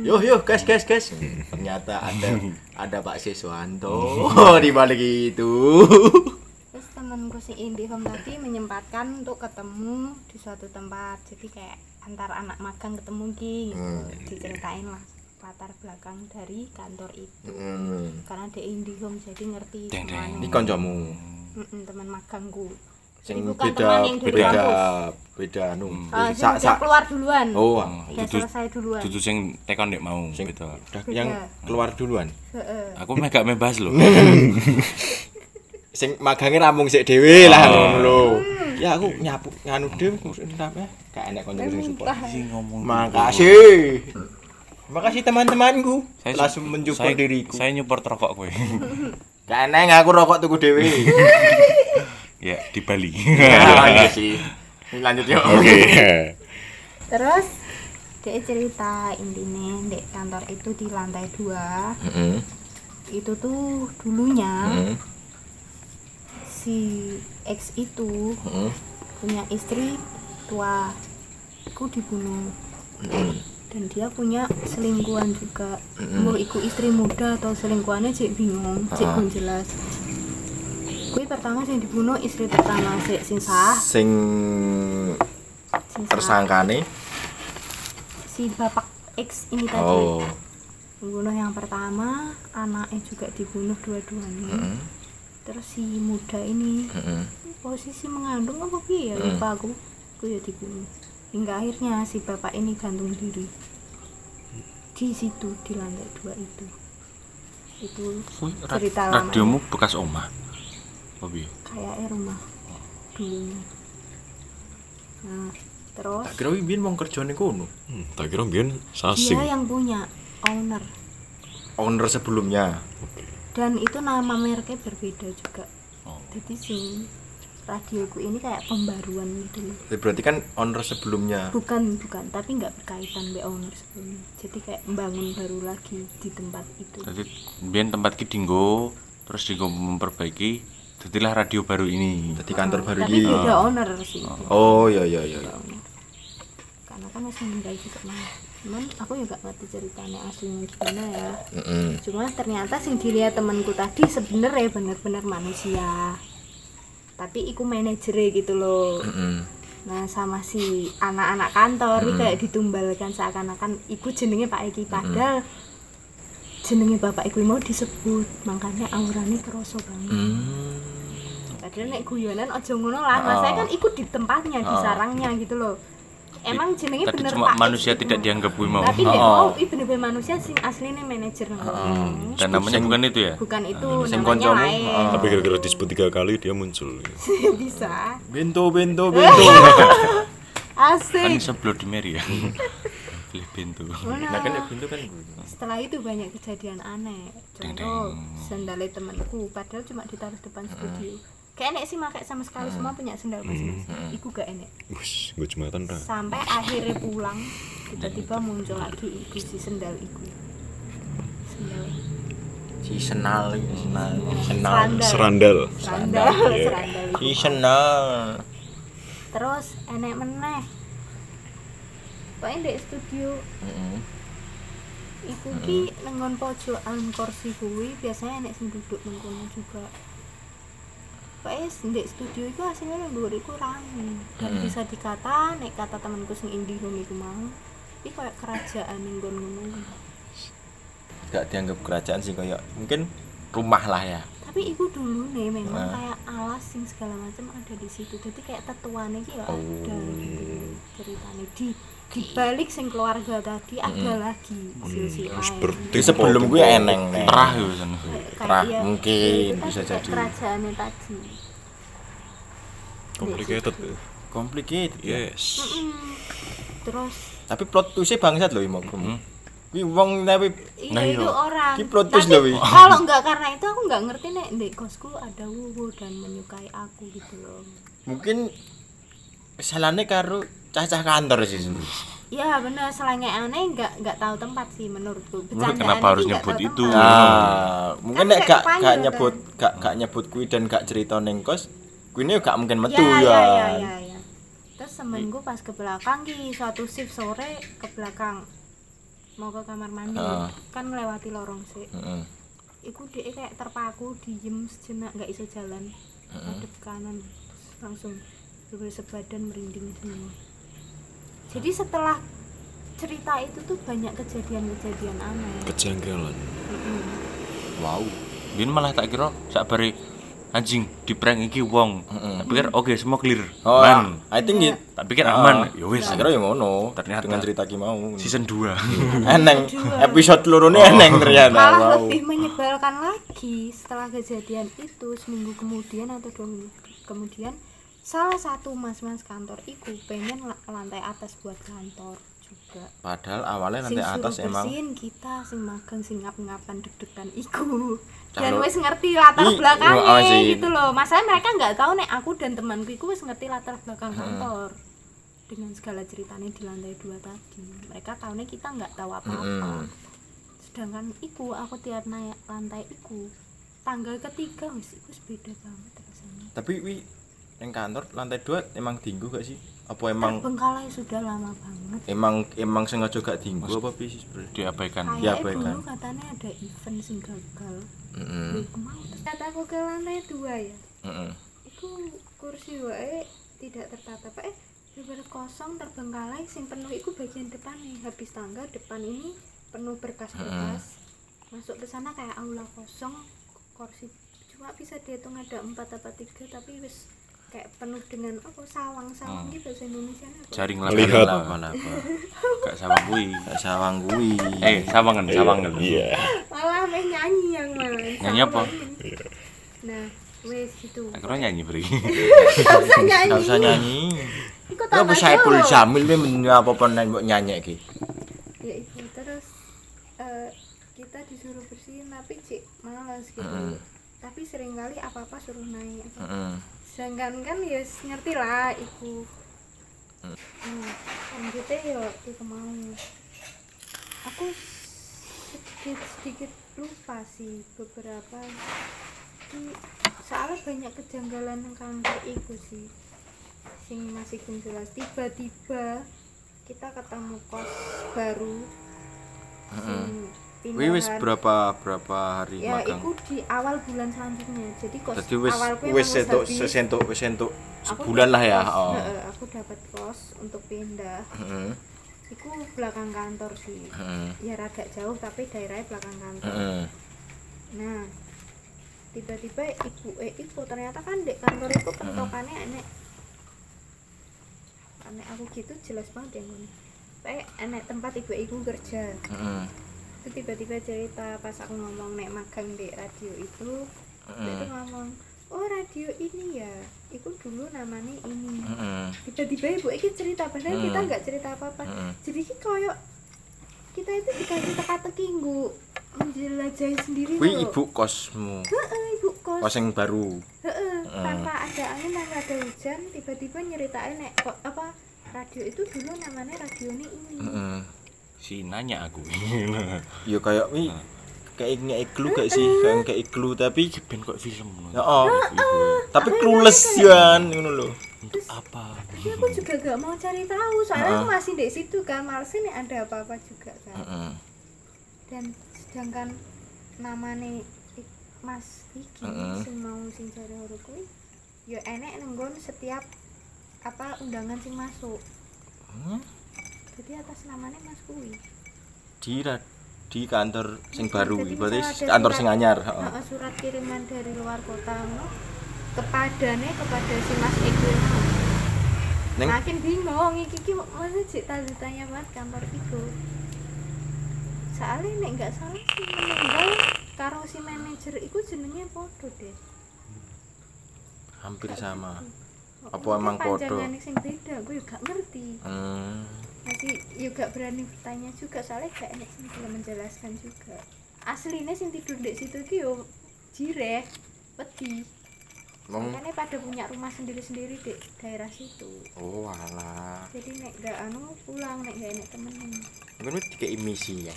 Yo yo guys guys guys. Ternyata ada ada Pak Siswanto Oh, di balik itu. terus temanku si Indihome tadi menyempatkan untuk Hmm. ketemu di suatu tempat jadi kayak antar anak magang ketemu ki gitu. diceritain lah latar belakang dari kantor itu Mm. karena dia indihome jadi ngerti Deng, deng. teman Ini koncomu. Mm-mm, teman magangku Sing jadi bukan kan teman beda yang dari beda kampus beda anu. Ah, Sak sing udah sak. keluar duluan Oh, udah Duduk- selesai duluan Dudu sing tekan dek mau Sing- beda. udah yang keluar duluan. Heeh. Aku meh gak membahas lho. Sing magange ramung sik dhewe lah Oh. ngono lho. Ya aku nyapu nganu dhewe ngurusin apa? eh. Gak enak koncoku sing support. Sing ngomong. Makasih. Makasih teman-temanku telah mencukur saya- diriku. Saya nyupport rokok kowe. Gak enak aku rokok tuku dhewe. ya, di Bali. Iya sih. Lanjut yuk. Oke. ya. terus dia cerita intinya di kantor itu di lantai dua Heeh. itu tuh dulunya Heeh. si X itu Heeh. punya istri tua aku dibunuh Hmm. dan dia punya selingkuhan juga mau iku istri muda atau selingkuhannya cek bingung cek Ah. belum jelas kui pertama sing dibunuh istri pertama sik sing sah Sing sing sah. tersangkane si bapak X ini tadi oh Pembunuh yang pertama, anaknya juga dibunuh dua-duanya. Heeh. Terus si muda ini Heeh. posisi mengandung apa piye ya lupa aku. Aku ya dibunuh. Hingga akhirnya si bapak ini gantung diri. Di situ di lantai dua itu. Itu cerita lama. Radiomu bekas omah. Apa piye? Kayaknya rumah dulunya. Nah, terus tak kira iki mbiyen mong kerjane kono Hmm, tak kira mbiyen sasing. dia yang punya owner owner sebelumnya Oke. dan itu nama mereknya berbeda juga. Oh. jadi sing radioku ini kayak pembaruan gitu loh. Jadi berarti kan owner sebelumnya bukan bukan tapi nggak berkaitan be owner sebelumnya jadi kayak membangun baru lagi di tempat itu Jadi biyen tempat ki dinggo terus dinggo memperbaiki jadilah radio baru ini. jadi kantor baru tapi iki beda owner sih oh iya iya iya beda owner karena kan masih meninggal juga mah cuman aku ya nggak ngerti ceritanya aslinya gimana ya heeh cuma ternyata sing dilihat temanku tadi sebenernya bener-bener manusia tapi iku manajernya gitu loh heeh Nah sama si anak-anak kantor Hmm. ini kayak ditumbalkan seakan-akan iku jenenge Pak Eki padahal jenenge Bapak Eki mau disebut makanya aurane kerasa banget. Mm. Hmm. Padahal nek guyonan aja ngono lah. Mas Oh. saya kan ikut di tempatnya, di sarangnya gitu loh. Emang jenenge Tadi bener cuma Pak manusia Eki tidak mau. dianggap kuwi mau. Tapi nek Oh. mau iki bener-bener manusia sing asline manajer ngono. Dan namanya bukan itu ya? Bukan itu sing namanya koncomu, lain. Tapi kira-kira disebut tiga kali dia muncul. Oh. Bisa. bento bento bento Kan Asik. bisa Bloody Mary ya. Pilih pintu. Ngono. nah kan ya bento kan Setelah itu banyak kejadian aneh. Contoh sendalnya temanku, padahal cuma ditaruh depan studio. Gak enek sih pakai sama sekali semua punya sendal masing-masing. Iku gak enek. Wis, gue jumatan ra. Sampai akhirnya pulang, tiba-tiba muncul lagi iku si sendal iku. Sendal. si senal iki, senal senal Serandal. Serandal. Serandal, iya. serandal iku. si senal Terus enek meneh. Pokoknya di studio Heeh. iku ki Hmm. nengon pojokan kursi kuwi biasanya enek sing duduk nang kono juga Pokoknya ndek studio itu hasilnya yang dhuwur iku rame dan Hmm. bisa dikata nek kata temanku sing indihome iku mau iki kayak kerajaan ning kono ngono gak dianggap kerajaan sih kayak mungkin rumah lah ya tapi iku dulu nih memang Nah. kayak alas sing segala macam ada di situ jadi kayak tetuane iki ya Oh. ada gitu ceritanya di di balik sing keluarga tadi ada Hmm. lagi silsilah Terus yang- berarti Jadi sebelum gue eneng nih Terah ya, yo sana. Terah, iya, mungkin itu bisa tadi kayak jadi. kerajaannya tadi complicated. complicated ya. Yes. Mm, terus tapi plot twistnya bangsat loh imam Hmm. Wi wong tapi itu, Nah, itu iya. orang Ki plot twist loh, tapi wi. kalau nggak karena itu aku nggak ngerti nek di kosku ada wuwu dan menyukai aku gitu loh mungkin kesalahannya karo cacah kantor sih sebenarnya. ya bener selainnya aneh nggak nggak tahu tempat sih menurutku Bercandaan kenapa ini harus nggak nyebut tahu itu? tempat. Nah, mungkin nek kayak gak kepanjang, gak kan? nyebut gak gak nyebut kuwi dan gak cerita ning kos, kuwi gak mungkin metu ya, ya. ya, ya, ya, ya. terus seminggu pas ke belakang ki suatu shift sore ke belakang mau ke kamar mandi Ah. kan melewati lorong sih Heeh. iku dia eh, kayak terpaku diem sejenak nggak iso jalan Ngadep kanan terus langsung bener sebadan merinding semua jadi setelah cerita itu tuh banyak kejadian-kejadian aneh kejanggalan Mm-mm. wow ini malah tak kira sakbari anjing di prank iki wong tak pikir oke semua clear Oh, aman I think Ya. it. tak pikir Ah. aman ya wis Akhirnya ya Iya. ngono. Ternyata. dengan cerita ki mau. season 2 Eneng Kedua. episode lorone eneng ternyata. Oh. malah Wow. lebih menyebalkan lagi setelah kejadian itu seminggu kemudian atau dua minggu kemudian salah satu mas-mas kantor iku pengen la- lantai atas buat kantor juga Padahal awalnya nanti sing suruh atas emang bersihin kita sing magang sing ngap-ngapan deg-degan iku dan Kalau- wes ngerti latar Ih, iya, awas belakangnya sih. gitu loh masalahnya mereka nggak tahu nek aku dan temanku iku wes ngerti latar belakang kantor dengan segala ceritanya di lantai dua tadi mereka tahunya kita nggak tahu Mm-mm. apa-apa sedangkan iku aku tiap naik lantai iku tanggal ketiga wis iku wis beda banget rasanya Tapi wi yang kantor lantai dua emang dinggu gak sih? Apa emang terbengkalai sudah lama banget emang emang sengaja gak dinggu apa pisis bro? diabaikan Ya, kayaknya baik, dulu kan. katanya ada event sing gagal Hmm. Heeh. Saat aku ke lantai dua ya, itu kursi wae tidak tertata pak. Eh, bener kosong terbengkalai, sing penuh itu bagian depan nih. Habis tangga depan ini penuh berkas-berkas. Hmm. Masuk ke sana kayak aula kosong, kursi cuma bisa dihitung ada empat atau tiga tapi wis kayak penuh dengan apa sawang-sawang Hmm. gitu bahasa Indonesia apa? jaring Melihat. laba Lapa-lapa. gak sama kui Gak sawang kuwi. eh sawangan sawangan iya malah main nyanyi yang malah Nyanyi apa? Iya. nah wes gitu akhirnya nyanyi beri Gak usah nyanyi Gak usah nyanyi. Ikut Ya apa tambah Saiful dulu. Jamil ini men- apa pun nyanyi nyanyi iki. ya itu terus eh, kita disuruh bersihin tapi cik malas gitu Mm-mm. tapi seringkali apa apa suruh naik Heeh. sedangkan kan ya yes, ngerti lah iku Hmm. nah lanjutnya ya iku mau aku sedikit sedikit lupa sih beberapa Ki- soalnya banyak kejanggalan yang kantor iku sih sing masih belum jelas tiba-tiba kita ketemu kos baru sing Wi Hmm. wis pindahan. berapa berapa hari ya itu magang? di awal bulan selanjutnya jadi kos Jadi wis awalku emang wis wis sentuk habis. sesentuk wis sentuk Aku sebulan lah dapat ya. kos, Oh. heeh, aku dapat kos untuk pindah Heeh. itu belakang kantor sih Heeh. ya rada jauh tapi daerahnya belakang kantor Heeh. nah tiba-tiba ibu eh ibu ternyata kan di kantor itu pentokannya enek enek aku gitu jelas banget ya ngene. kayak enek tempat ibu ibu kerja Heeh. itu tiba-tiba cerita pas aku ngomong nek magang di radio itu dia itu ngomong oh radio ini ya itu dulu namanya ini Heeh. tiba-tiba ibu ini cerita padahal kita nggak cerita apa-apa Mm. jadi ini koyok kita itu dikasih teka-teki nggu menjelajahi sendiri Kuwi loh. ibu kosmu. Heeh, ibu kos Kos yang baru. Heeh, tanpa ada angin tanpa ada hujan tiba-tiba nyeritain nek kok apa radio itu dulu namanya radio ini ini Heeh. si nanya aku Ya kayak wi kayak kayak clue gak sih? Kayak kayak clue tapi ben kok film ya oh, Ibu. tapi clueless kan ngono lho. untuk apa tapi aku juga gak mau cari tahu soalnya aku masih di situ kan malesin nek ada apa-apa juga kan Heeh. dan sedangkan namane ik- Mas Iki Heeh. sing mau sing jare huruf kuwi ya enek nenggon setiap apa undangan sing masuk jadi atas namanya Mas kuwi Di ra- di kantor sing baru, Jadi misalnya berarti ada kantor surat- sing anyar. Heeh, Heeh. surat kiriman dari luar kota ngono kepadane kepada si Mas Iki Neng makin bingung iki iki maksudnya cik tanya tanya banget kantor itu soalnya nek nggak salah si meninggal karo si manajer iku jenenge podo deh hampir sama. Apa Mungkin emang podo? panjangannya sing beda gue juga ngerti Hmm. masih juga ya berani bertanya juga soalnya gak enak sih belum menjelaskan juga aslinya sing tidur di situ ki yo jireh wedi Mong makanya pada punya rumah sendiri-sendiri di daerah situ oh alah. jadi nek gak anu pulang nek gak enak temenin Mungkin wis dikei misi ya.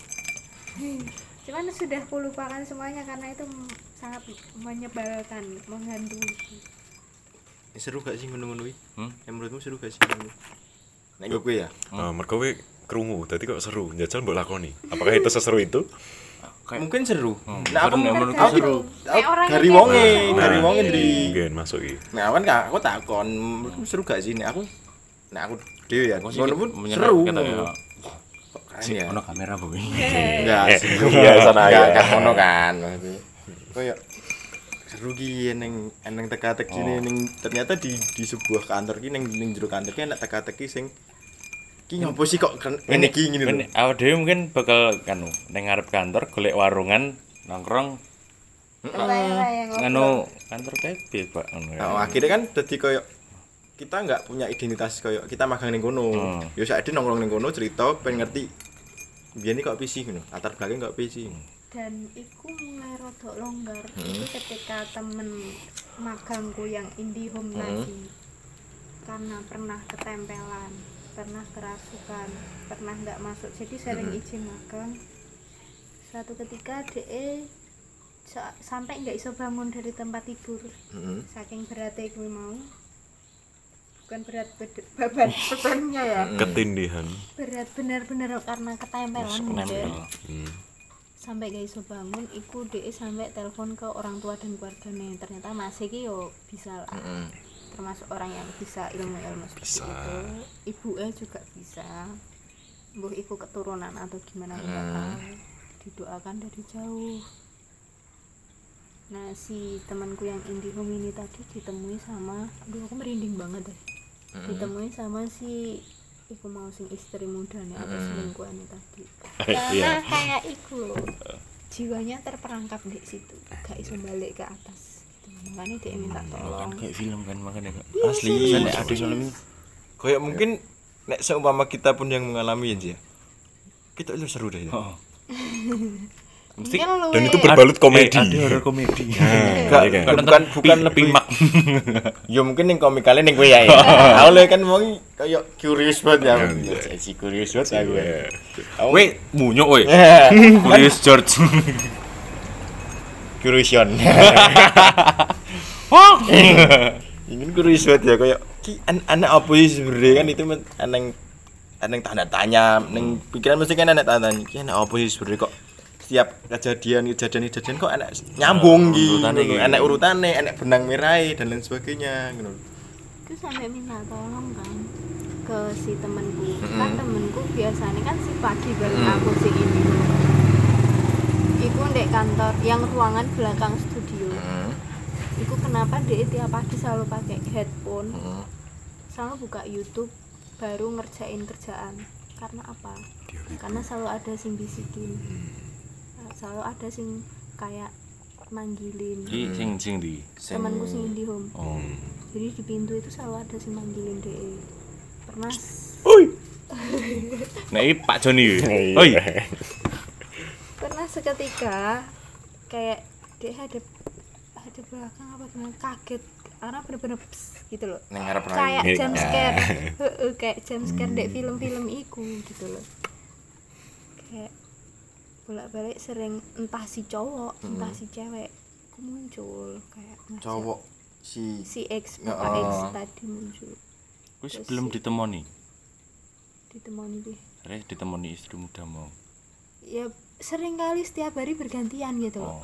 Hmm, Cuman sudah kulupakan semuanya karena itu m- sangat menyebalkan, menghantui. Seru gak sih ngono-ngono wi? Hmm? Ya, menurutmu seru gak sih? ngono? Nek gue ya. Eh, mereka we krungu tadi kok seru jajal mbok lakoni apakah itu seseru itu kayak mungkin seru. Hmm. Nah, aku Seru, mungkin menurutku aku seru. Nek aku- orangnya Dari kayak wonge, gitu. dari Nah, wonge iya. di. mungkin masuk iki Nah, kan gak aku takon, menurutmu seru gak sih? Nah, aku Nah, aku dhewe ya. aku sih Ngono pun menyerah seru. Iya. kata ya. ngono. Sik, ono kamera bu Enggak, Eh, sih. iya, sana Enggak, ya. kan ngono kan. maksudnya. Kayak seru ki neng neng teka-teki nih, neng ternyata di di sebuah kantor ki neng neng jero kantor ki enak teka-teki sing ki ngopo sih kok keren- ngene ki ngene lho. awal dewi mungkin bakal kanu neng ngarep kantor golek warungan nongkrong Hmm. Ngono. nganu kantor kayak pak ngono ya. Nah, akhirnya kan jadi koyo kita nggak punya identitas koyo kita magang ning kono. Hmm. Ya saiki nongkrong ning kono cerita pengen ngerti biyen iki kok PC ngono, latar belakang kok PC. Dan iku mulai rodok longgar itu ketika temen magangku yang IndiHome tadi karena pernah ketempelan, pernah kerasukan, pernah nggak masuk jadi sering izin magang. Suatu ketika DE sa- sampai nggak iso bangun dari tempat tidur Heeh. saking beratnya gue mau bukan berat bed- beban bebannya ya Hmm. ketindihan berat benar-benar karena ketempelan gitu ya. nempel mungkin. hmm. sampai gak iso bangun iku DE sampai telepon ke orang tua dan keluarganya ternyata masih ki yo bisa lah Hmm. termasuk orang yang bisa ilmu-ilmu Bisa. seperti itu ibu juga bisa Mbah iku keturunan atau gimana nggak tahu didoakan dari jauh nah si temanku yang IndiHome ini tadi ditemui sama aduh aku merinding banget deh ditemui sama si iku mau sing istri mudanya atau selingkuhannya tadi karena kayak iku loh, jiwanya terperangkap di situ gak iso balik ke atas gitu. makanya dia minta kan tolong kayak film kan makanya kan Iya Asli. Misalnya ada yang lebih Kayak mungkin nek seumpama kita pun yang mengalami ya, Ji, ya. Kita itu seru deh. Ya. Oh. mesti lu dan itu eh, berbalut komedi Eh, ada horor komedi Enggak, Iya, bukan, kan? bukan, bukan Pi- lebih pimak. ya mungkin yang komik kalian yang gue ya. Aku lah kan mau kayak curious banget ya. Iya. Si curious banget aku. Iya. Aku- Weh, munyok weh. Ya, Julius George. Curiousion. Ingin curious banget ya kayak ki an anak apa sih sebenarnya kan itu men- aneng aneng tanda tanya, neng pikiran mesti kan anak tanda tanya. Ki anak apa sih sebenarnya kok setiap kejadian kejadian kejadian kok anak nyambung gitu, urutannya gitu. anak urutannya, anak benang merah dan lain sebagainya. Gitu. itu sampai minta tolong kan ke si temenku kan temenku biasanya kan si pagi bareng aku si ini Iku ndek kantor yang ruangan belakang studio. Hmm. Iku kenapa dia tiap pagi selalu pakai headphone, selalu buka YouTube, baru ngerjain kerjaan. Karena apa? Karena selalu ada sing bisikin, selalu ada sing kayak manggilin. Iki sing sing di. Temanku sing di home Oh. jadi di pintu itu selalu ada si manggilin DE pernah Nek Nah, iki Pak Joni. Iya. Oi. pernah seketika kayak DE ada ada belakang apa gimana kaget karena bener-bener "Ps" gitu loh Neng ngarep rai. kayak Ngeri. jump scare Heeh, kayak jump scare dek film-film iku gitu loh kayak bolak-balik sering entah si cowok entah si cewek ku muncul kayak ngajak. cowok si si X bapak Heeh. X tadi muncul Wis belum ditemoni. ditemani dia Terus ditemoni istri muda mau. ya sering kali setiap hari bergantian gitu Oh. loh.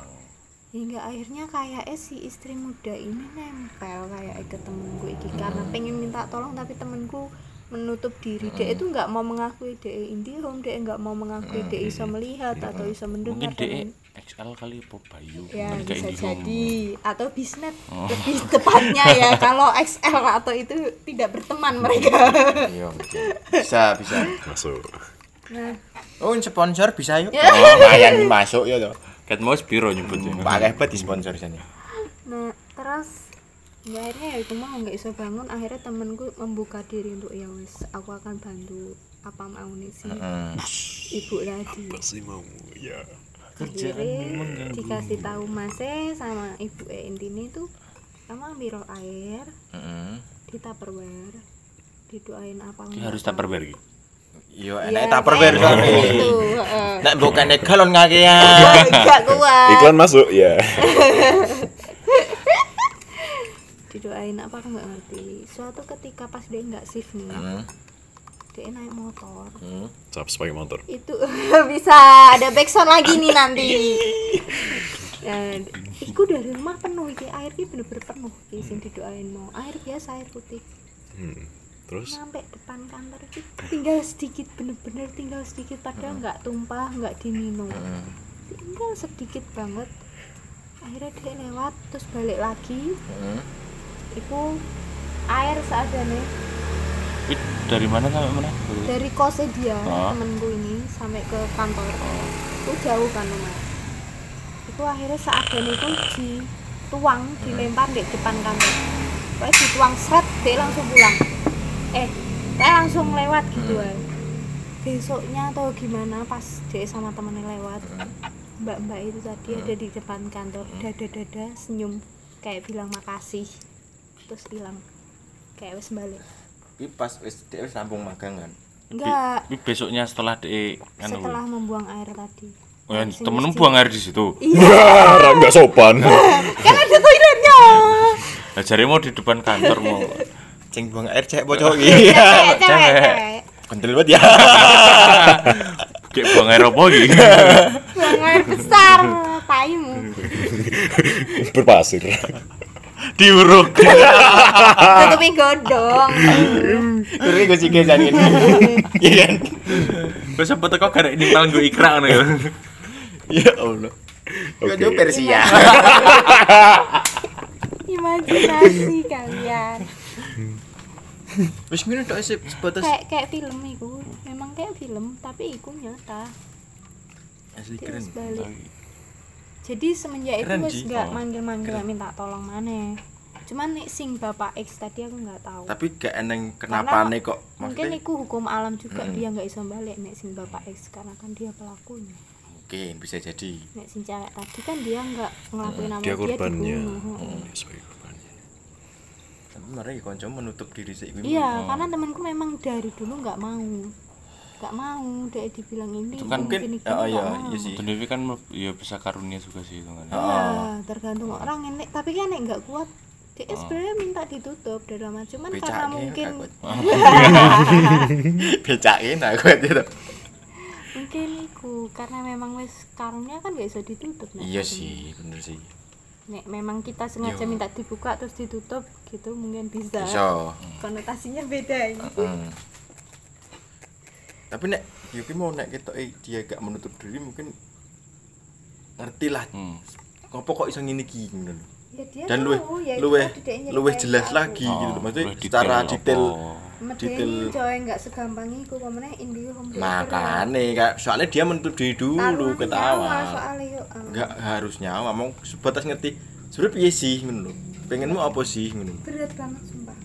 hingga akhirnya kayak eh, si istri muda ini nempel kayak ke temenku iki karena Hmm. pengen minta tolong tapi temenku menutup diri Hmm. dia itu nggak mau mengakui dia indihome dia nggak mau mengakui dia iso melihat atau iso Iya. Mungkin mendengar DE dan- XL kali apa Bayu. ya Mungkin kayak Iya, gitu. Oh. bisa Indihome. jadi atau bisnet lebih tepatnya ya kalau XL atau itu tidak berteman mereka iya bisa bisa masuk nah oh sponsor bisa yuk Ya. oh lumayan masuk ya tuh Cat Mouse biro nyebutnya. pakai bet di sponsor sana Nah, terus ya akhirnya ya itu mau nggak iso bangun akhirnya temenku membuka diri untuk ya wes aku akan bantu apa mau nih si Hmm, ibu tadi pasti mau ya akhirnya dikasih tahu mas E sama ibu E intini itu kamu ambil roh air hmm. di tupperware didoain apa Ki harus tupperware iki. iya Ya, enak tupperware kayak soalnya gitu, heeh. nek bukan nek galon ngakean Wah, nggak kuat iklan masuk ya didoain apa aku nggak ngerti suatu ketika pas dia nggak shift nih dia naik motor Hmm, cap pakai motor itu bisa ada backsound lagi nih nanti Ya, iku dari rumah penuh iki air ki bener-bener penuh iki sing didoain mau air biasa air putih Hmm. terus sampai depan kantor itu tinggal sedikit bener-bener tinggal sedikit padahal nggak tumpah nggak diminum Hmm. tinggal sedikit banget akhirnya dia lewat terus balik lagi hmm. itu air seadanya Wih, dari mana sampai mana dari kosnya dia Oh. temenku ini sampai ke kantor itu jauh kan lumayan itu akhirnya seadanya itu dituang dilempar di depan kantor pokoknya dituang seret dia langsung pulang eh saya langsung lewat gitu ae. besoknya atau gimana pas dia sama temennya lewat mbak-mbak itu tadi ada di depan kantor dada-dada senyum kayak bilang makasih terus hilang kayak wes balik Tapi pas wis dia wis rampung magang kan. enggak Tapi besoknya setelah de anu setelah Iya. membuang air tadi oh, yang temenmu buang air di situ Wah, nggak sopan kan ada toiletnya nah, jarimu mau di depan kantor mau Ceng buang air cek bocok iki. Eh, cewek cewek cewek. cewek Kendel banget ya. kayak buang air apa gitu buang air besar taimu berpasir diuruk Ah. tutupin godong Terus gue sih kesan ini. Iya kan? terus apa teko gara ini talan gue ikra anu ya Ya Allah. Oke. Kau Persia. imajinasi kalian Wis ngono tok sip sebatas kayak kayak film itu memang kayak film tapi itu nyata asli dia keren. wes balik jadi semenjak itu Keren, wes Ji. Oh. gak manggil-manggil minta tolong maneh cuman nih sing bapak X tadi aku nggak tahu Tapi gak eneng kenapane kok mungkin maksudnya. itu hukum alam juga dia nggak iso balik nek sing bapak X karena kan dia pelakunya Mungkin bisa jadi. nek sing cewek tadi kan dia nggak ngelakuin Mm, apa dia korbannya Oh, Oh, dibunuh. Dia sebagai korbannya Tapi mereka konco menutup diri Hmm. sih. iya karena temanku memang dari dulu nggak mau nggak mau dia dibilang ini Itu kan ini, mungkin gini, gini, oh iya nggak mau. iya sih. Ah. Dewi kan mel- ya bisa karunia juga sih itu kan Iya, tergantung orang enek tapi kan nek nggak kuat dia sebenarnya minta ditutup dalam arti- cuman Becake, karena mungkin Ah. takut. Becakin aku aja tuh. mungkin iku karena memang wis karungnya kan nggak bisa ditutup Nek. Iya sih, bener sih. nek memang kita sengaja Yo. minta dibuka terus ditutup gitu mungkin bisa Iso. konotasinya beda ini Hmm. Tapi nek Yuki mau nek ketok eh, dia gak menutup diri mungkin ngerti lah. Hmm. Ngopo kok iso ngene iki ngono lho. ya dia Dan tahu, luwih ya itu luwih tadi dia nyeritain luwih jelas ke aku. lagi gitu loh. Maksudnya Lebih secara Oh, apa. detail. Medeni Detail. coy nggak segampang iku pemenang indigo komputer. Makane kak, soalnya dia menutup diri Taruh dulu nyawa ketawa. soalnya yuk. ah. Enggak harusnya ngomong sebatas ngerti. Sebenarnya piye sih ngono lho. Pengenmu apa sih ngono. lho. Berat banget sumpah.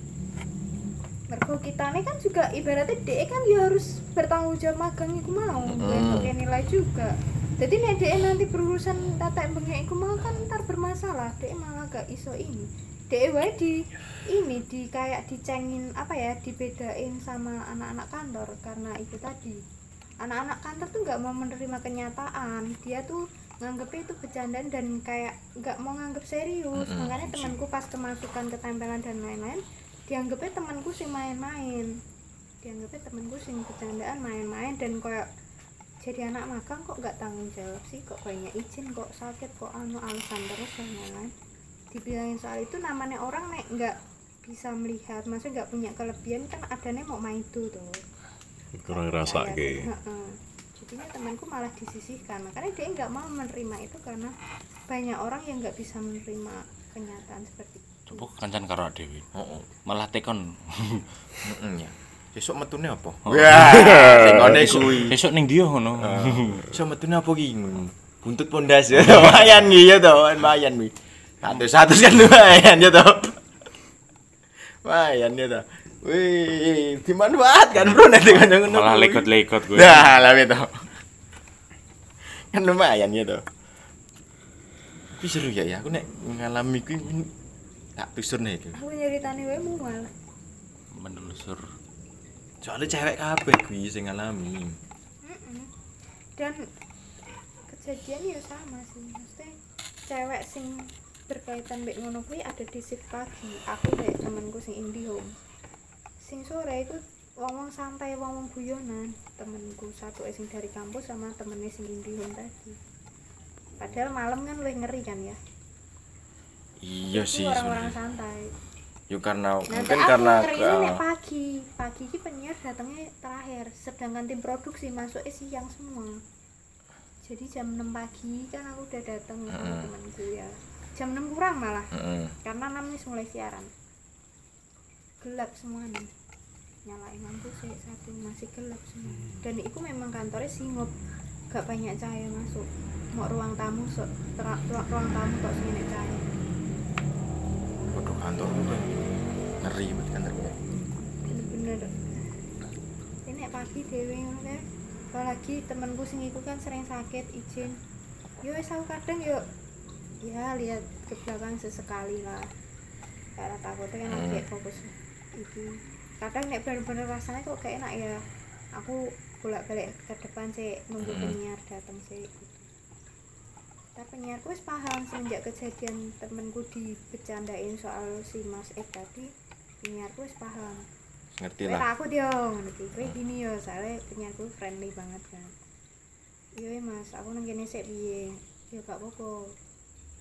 Mergo kita ini kan juga ibaratnya DE kan ya harus bertanggung jawab magang iku mau, Mm. pakai nilai juga. Jadi nek DE nanti berurusan tata bengek iku mau kan ntar bermasalah, DE malah gak iso ini. DE wae di ini di kayak dicengin apa ya, dibedain sama anak-anak kantor karena itu tadi. anak-anak kantor tuh nggak mau menerima kenyataan dia tuh nganggepnya itu bercandaan dan kayak nggak mau nganggep serius makanya temanku pas kemasukan ketempelan dan lain-lain dianggapnya temanku sih main-main dianggapnya temanku sih bercandaan main-main dan kayak jadi anak magang kok nggak tanggung jawab sih kok kayaknya izin kok sakit kok anu alasan terus dan lain-lain dibilangin soal itu namanya orang nek nggak bisa melihat maksudnya nggak punya kelebihan kan adanya mau main itu tuh kurang rasa Iya, Heeh. ke jadinya temanku malah disisihkan makanya dia nggak mau menerima itu karena banyak orang yang nggak bisa menerima kenyataan seperti itu coba kancan karo Dewi Heeh. malah tekon Heeh ya. Besok metune apa? Wah, tengone kuwi. Oh. besok ning dia ngono Ah. Iso metune apa ki? Buntut pondas ya. Lumayan ki ya to, lumayan wi. Satu satu kan lumayan ya to. Lumayan ya to. Wih, dimanfaat kan bro nanti kan ngono. malah lekot-lekot gue Nah, lah ya to. Kan lumayan ya to. Tapi seru ya ya, aku nek ngalami kuwi kuwi tak tusur nih itu. aku nyeritani wae mual menelusur Soalnya cewek kabeh kuwi sing ngalami. Mm-mm. dan kejadian ya sama sih maksudnya cewek sing berkaitan mbek ngono kuwi ada di shift pagi aku mbek temanku sing indihome sing sore itu wong-wong santai wong-wong guyonan temenku satu sing dari kampus sama temennya sing indihome tadi padahal malam kan lebih ngeri kan ya Iya Ini sih. orang-orang sebenarnya. santai yo karena Nanti mungkin aku karena ngeri ke- nek pagi pagi ini penyiar datangnya terakhir sedangkan tim produksi masuknya siang semua jadi jam 6 pagi kan aku udah datang sama Mm-mm. temanku ya jam 6 kurang malah Heeh. karena 6 wis mulai siaran gelap semua nih nyalain lampu sih satu masih gelap semua Hmm. dan itu memang kantornya singup gak banyak cahaya masuk mau ruang tamu so, tera- ruang, ruang tamu kok sini cahaya Waduh, kantor lu kan ngeri banget kantor gue. bener-bener ini nek pagi dewe ngono kae. apalagi temenku sing iku kan sering sakit izin yo wis aku kadang yo ya lihat ke belakang sesekali lah karena takutnya kan Hmm. lagi fokus itu kadang nek bener-bener rasanya kok kayak enak ya aku bolak balik ke depan sih nunggu Hmm. penyiar datang sih tapi penyiarku wis paham semenjak kejadian temenku dibecandain soal si Mas Ed tadi penyiarku wis paham Ngerti Kowe lah. aku dong, nanti kowe gini yo, soalnya penyiarku friendly banget kan. Iya mas, aku nang kene sik piye? Ya gak apa-apa.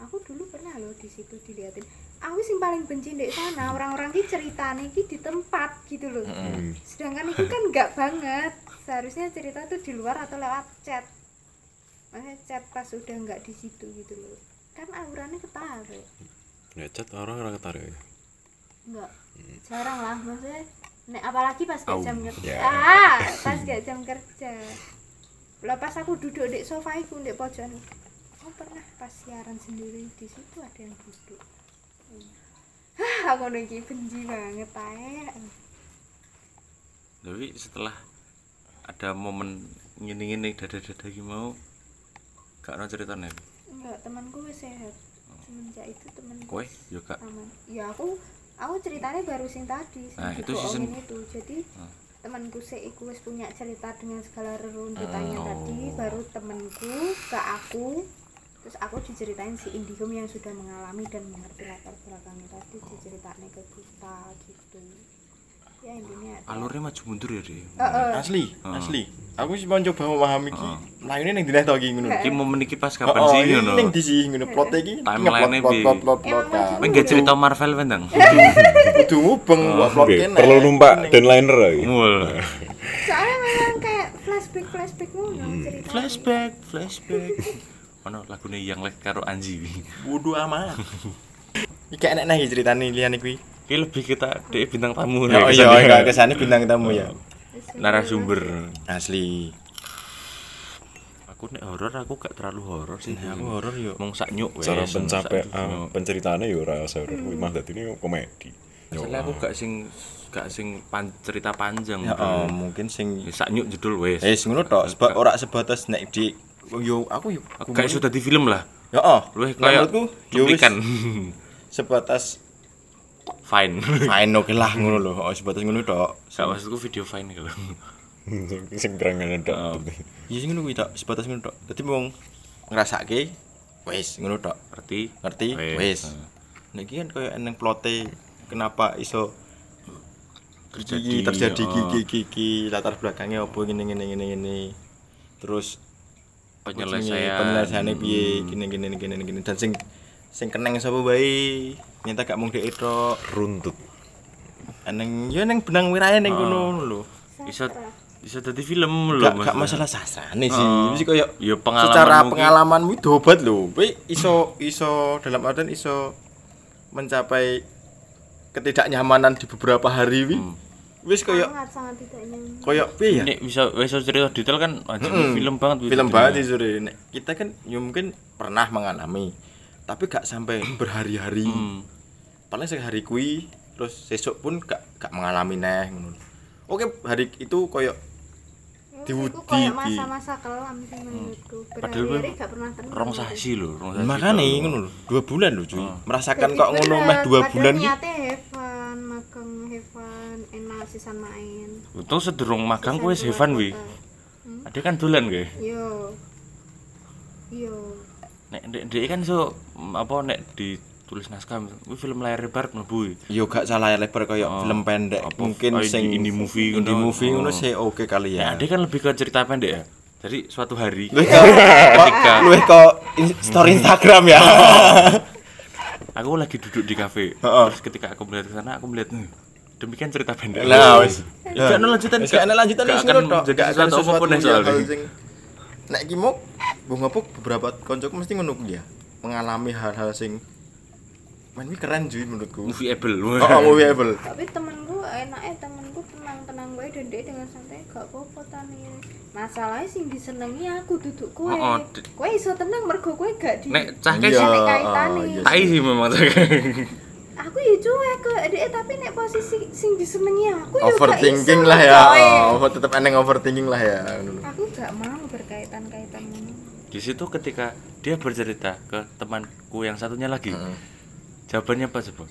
Aku dulu pernah loh di situ diliatin. Aku sing paling benci di sana orang-orang ki ceritane ki di tempat gitu loh. Hmm. Sedangkan itu kan nggak banget. Seharusnya cerita tuh di luar atau lewat chat. Makanya chat pas udah nggak di situ gitu loh. Kan auranya ketarik. Ya chat orang orang ketarik. Enggak. Jarang lah maksudnya. Nek apalagi pas gak Au, jam kerja. ya. Ah, pas gak jam kerja. Lah pas aku duduk di sofa iku di pojokan. Aku pernah pas siaran sendiri di situ ada yang duduk. Hmm. Hah, aku lagi benci banget ae. Tapi setelah ada momen ngini-ngini dada-dada iki mau gak ono ceritane. Enggak, temanku wis sehat. Semenjak itu temanku Kowe wis yo gak. aman. Ya aku aku ceritanya baru sing tadi sing Nah, itu dibohongin season- itu. Jadi Ah. temanku sih iku wis punya cerita dengan segala reruntutannya Oh. tadi baru temanku ke aku terus aku diceritain si Indigo yang sudah mengalami dan mengerti latar belakangnya tadi diceritain ke kita gitu ya intinya Alurnya maju mundur ya, Dek. Eh, eh. Asli, Heeh. asli. Aku sih mau coba memahami ki. Layune ning dineh to ki ngono. Iki momen iki pas Oh, kapan oh, Hmm. sih ini ngono? Ning di sih ngono plot iki. Timeline-nya plot piye? plot plot plot. Emang maju Kowe nggak mundur. cerita Marvel bendang. Iya. Kudu mubeng buat plot Oke, kene. perlu numpak Ning- deadliner lagi. Mul. soalnya memang kayak flashback flashback mulu Hmm. ceritanya Flashback, flashback. Ono lagune yang lek karo Anji. Bodoh amat. Iki enak nang ceritane liyane kuwi. Iki lebih kita dek bintang Oh tamu nih, iya, kesannya. iya, kesane bintang tamu ya. Terus narasumber. Asli. Aku nek horor aku gak terlalu horor sih. Nah, aku horor yo. mung sak nyuk wes. Cara mung sak pencapaian nyuk. penceritaannya ya ora horor kuwi mah dadi ini komedi. ah. Soalnya aku gak sing gak sing pan, cerita panjang. Ya Bro. oh, mungkin sing Ya, Sak nyuk judul wes. Eh, ngono tok, sebab Gak- ora sebatas nek di Oh, yo aku yo. Aku kayak sudah di film lah. Ya oh, Lu kayak menurutku yo wis cuplikan. sebatas fine. fine oke lah ngono lho. Oh, sebatas ngono tok. Gak maksudku video fine kalau. sing gerangan Oh. ndak. Ya sing ngono kuwi tok, sebatas ngono tok. Dadi mung ngrasake wis ngono tok. Ngerti? Ngerti? Wis. Hmm. Nek iki kan koyo eneng plote kenapa iso iki terjadi oh, gigi gigi latar belakangnya opo ngene ngene ngene ngene. Terus oh, penyelesaian. penyelesaiannya piye gini gini gini gini dan sing sing keneng sapa bae nyata gak mung dhek tok Runtut. neng ya neng benang wirane Oh. neng kono lho Bisa sastra. bisa jadi film lho. gak gak maksudnya. masalah sasrane sih Oh. mesti koyo Ya, pengalaman secara mungkin. pengalamanmu itu hebat lho kowe iso iso dalam artian iso mencapai ketidaknyamanan di beberapa hari wi Hmm. wis koyo sangat sangat tidak nyaman koyo piye ya Nek bisa bisa cerita detail kan anjing film banget wih, Hmm. film detailnya. banget sih sore Nek kita kan ya mungkin pernah mengalami tapi gak sampai berhari-hari Hmm. paling sehari kui terus sesuk pun gak gak mengalami neh ngono oke hari itu koyo Diwudi Diwudi kayak iki. masa-masa kelam sih menurutku. Hmm. Padahal gue Berhari-hari gak pernah tenang. Rong sasi lho, rong sasi. makanya tau. ngono lho, dua bulan lho cuy Oh. merasakan kok ngono meh dua bulan gitu. ki Niatnya heaven, magang heaven, enak sisan main. Untung sederung magang Sisan kowe keluar Sevan wi. kota. Ada kan dolan kowe. Yo. Yo. Nek nek dek kan so mm, apa nek ditulis naskah kuwi film layar lebar mlebu. wi. yo gak salah ya, lebar koyo Oh. film pendek Apa, mungkin ah, sing indie movie indie ngono. movie ngono Ah. Oh. sih oke kali Nek ya ade kan lebih ke cerita pendek ya. Jadi suatu hari Luwih kok ketika luwih kok in- story Instagram ya aku lagi duduk di kafe Heeh. terus ketika aku melihat ke sana aku melihat "Hmm, demikian cerita pendek Hmm. Lah, wis. gak ada lanjutan Wis Nah, gak ada lanjutan gak wis akan ngono tok. jadi Gak akan sesuatu apapun sesuatu yang soalnya bakal sing- Nek ki mok, mbok ngopok beberapa koncoku mesti ngono ku ya. Mengalami hal-hal sing Men ini keren cuy menurutku. movie able Oh, oh movieable. tapi temenku enaknya temenku tenang-tenang gue dan dia dengan santai gak apa-apa tani masalahnya sing disenengi aku duduk kue Oh, oh, di- kue iso tenang mergo kue gak di nek cah gak kayak Iya. sih oh, ada kaitane. iya tai sih memang cah kayak. aku ya cuek ke dia tapi nek posisi sing disenengi aku ya gak Overthinking iso, lah ya. coy. Oh, over- tetep eneng overthinking lah ya. ngono. aku gak mau berkaitan-kaitan ini di situ ketika dia bercerita ke temanku yang satunya lagi jawabannya apa coba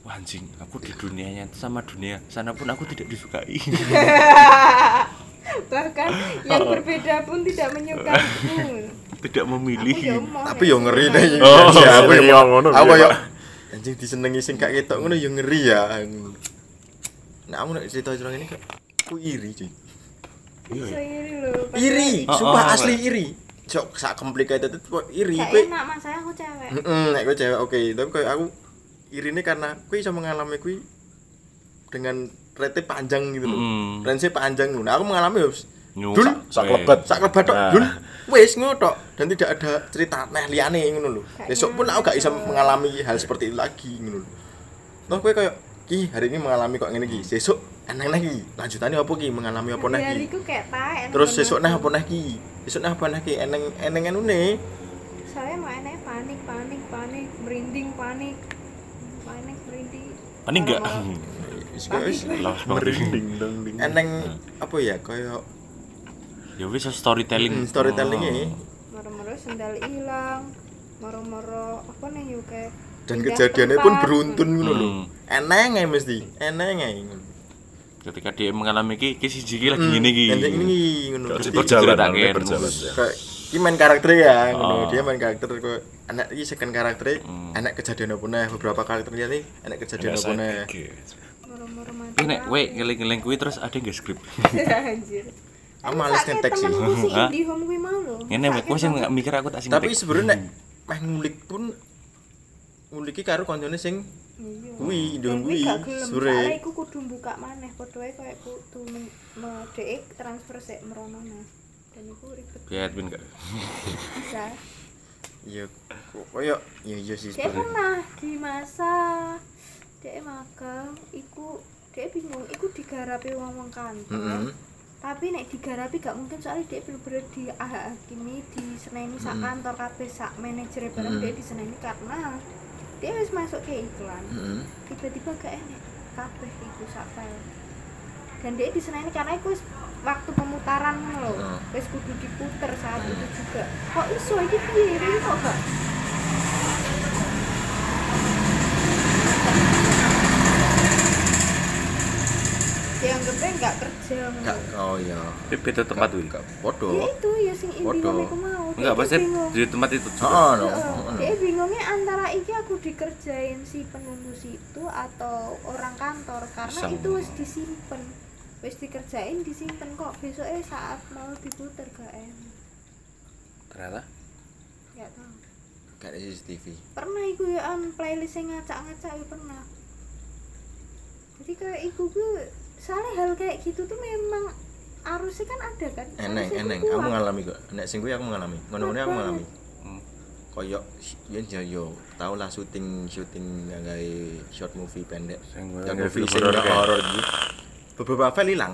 Wah, anjing aku di dunianya sama dunia sana pun aku tidak disukai bahkan Oh. yang berbeda pun tidak menyukaiku tidak aku ya memilih mau Tapi yo ya. ngeri deh. Oh, Iya, aku ngeri yo. yang ngono Aku piye, yo. Pak? Anjing disenengi sing gak ketok ngono yo ngeri ya. Nah, aku nek cerita curang ini kayak aku iri cuy. Iso iri loh padahal iri Oh, sumpah oh, asli iri cok sak complicated itu kok iri Hmm, gak kowe enak mas saya aku cewek heeh nek kowe cewek oke tapi kowe aku irine karena kowe iso mengalami kowe dengan rate panjang gitu loh Mm. range panjang loh nah aku mengalami wis Nyuk, dul sak sak lebat sak lebat tok Nah. dul wis ngono tok dan tidak ada cerita aneh liyane ngono lho besok pun aku gak iso mengalami hal seperti itu lagi ngono lho Nah, kowe kayak ki hari ini mengalami kok ngene ki besok aneh lagi lanjutannya apa ki mengalami apa neh ki Iya, hari ku kayak tae terus temen sesuk nah apa nah ki sesuk nah apa nah ki eneng eneng anu ne saya mau enak panik panik panik merinding panik panik merinding panik enggak Orang-orang- Wis kaya Tapi wis gue- lawas banget Ding dong ding. Hmm. eneng apa ya kaya ya wis storytelling Oh. hmm, storytelling e moro-moro sendal hilang moro-moro apa nih yuk kayak dan pindah kejadiannya pun tempat. beruntun ngono lho Hmm. eneng ae mesti eneng ae ngono ketika dia mengalami ki ki si jiki lagi ngene ki eneng Hmm, ini ngono Gak usah Jadi, berjalan, diceritakan. namanya berjalan. kayak ki main karakter ya ngono Ah. Hmm. dia main karakter kok anak iki second karakter anak kejadian apa nah beberapa karakter liyane anak kejadian apa nah moro-moro mati Ih, nek we ngeling-ngeling kuwi terus ada nggak skrip anjir aku males ngetek sih temenku si Hah? indie home gue mau loh ngene we kuwi sing nggak mikir aku tak sing Hmm. tapi tek. sebenarnya nek meh ngulik pun ngulik ki karo koncone sing kuwi ndung kuwi sore sore aku kudu buka maneh padha ae kayak kudu men- me- dhek transfer sik merono nah dan iku ribet ya admin enggak bisa ya kok koyo ya iya sih dia sebenarnya. pernah di masa dia magang iku dia bingung iku digarapi wong wong kantor Mm-mm. tapi nek digarapi gak mungkin soalnya dia bener-bener di ah, kini di seneni sak Hmm. kantor kabeh sak manajer bareng dia di seneni karena dia harus masuk ke iklan Heeh. tiba-tiba gak enak kabeh iku sak file dan dia di seneni karena iku wis waktu pemutaran ngono lho Hmm. wis kudu diputer saat itu juga kok iso iki piye Ini kok gak dianggapnya nggak kerja Gak oh ya. tapi beda tempat kuwi Gak ya podo. itu ya sing inti Waduh. wong iku mau Dia enggak tuh pasti bingung di tempat itu juga Heeh. Oh, no. Heeh. dia bingungnya antara iki aku dikerjain si pengungus itu atau orang kantor karena Sama. itu wis disimpen wis dikerjain disimpen kok besoknya saat mau diputer gak enak ternyata nggak tahu Gak ada CCTV. pernah iku ya an playlist sing ngacak-ngacak ya pernah jadi kayak iku ku soalnya hal kayak gitu tuh memang arusnya kan ada kan Eneng, Arusnya eneng. kuat. Aku mengalami kok. Nek sing kuwi aku mengalami. Ngono-ngono aku Apa? mengalami. Hmm. Koyo yen yo yo tau lah syuting syuting yang gawe short movie pendek. Sing Yang gawe movie film sing horor kayak. horor gitu. Beberapa file hilang.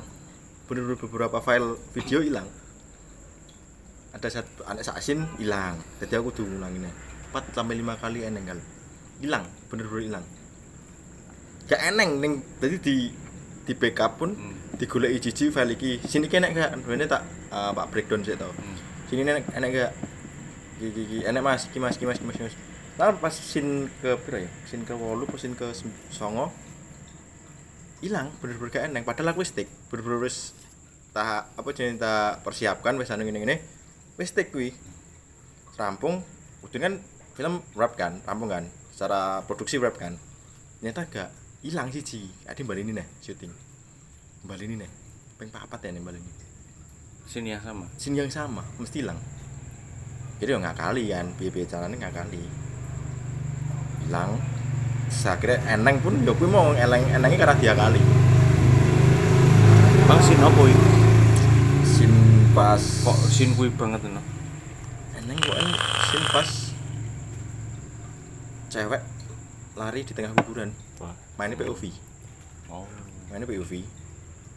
Bener-bener beberapa file video hilang. Ada satu anak saksin hilang. Jadi aku tuh ngulanginnya. 4 sampai 5 kali eneng kali. Hilang, bener-bener hilang. gak eneng ning dadi di di backup pun Hmm. digoleki jiji file iki sini ki enek gak duwene tak eh, pak breakdown sik to Hmm. sini enek enek gak iki iki, iki enek mas iki mas iki mas iki mas, iki, mas Nah, pas sin ke piro ya sin ke 8 pas sin ke 9 hilang bener-bener gak eneng padahal aku wis stick bener-bener wis tak apa jenenge tak persiapkan wis anu ngene-ngene wis stick kuwi rampung Udin kan film rap kan rampung kan secara produksi rap kan ternyata gak hilang siji ada balik ini nih syuting balik ini nih peng papat ya nih balik ini sini yang sama scene yang sama mesti hilang jadi ya nggak kali kan biaya caranya nggak kali hilang sakre eneng pun ya kuwi mau eleng enenge karena dia kali Bang sin opo iki? sin pas Kok sin kuwi banget no. eneng kok ini sin pas cewek lari di tengah kuburan Wah. mainnya POV Oh. mainnya POV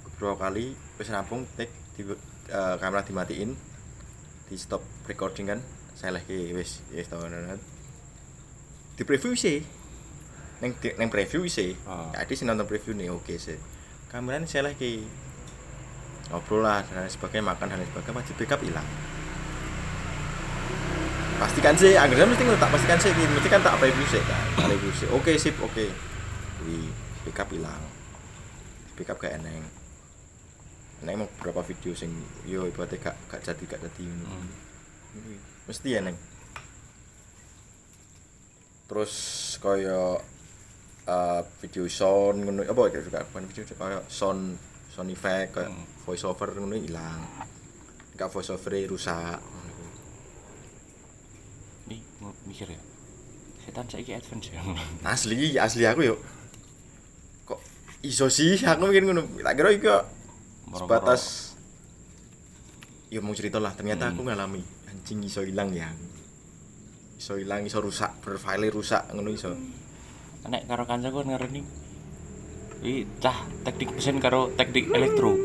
beberapa kali wis rampung take di, eh, kamera dimatiin di stop recording kan saya lagi wis wis tau nonton di preview sih neng di- neng preview sih Ah. tadi sih nonton preview nih oke sih kameranya saya lagi ngobrol lah dan lain sebagainya makan dan lain sebagainya pasti backup hilang pastikan sih akhirnya mesti tak pastikan sih ini mesti kan tak review sih kan tak review sih oke sip oke wih backup hilang backup gak eneng eneng mau beberapa video sing yo ibaratnya gak gak jadi gak jadi ini Hmm. mesti ya neng terus koyo eh, video sound ngono apa ya juga bukan video koyo sound sound effect koyo Hmm. voice over ngono hilang gak voice over rusak ngono kuwi. Nih, mau mikir ya. Setan saiki advance ya. asli asli aku yo kok iso sih aku mikir ngono tak kira iki kok Moro-moro. sebatas ya mau cerita lah ternyata aku ngalami anjing iso hilang ya iso hilang iso rusak berfile rusak ngono iso Nek karo kancaku ngarani. Iki cah teknik mesin karo teknik elektro.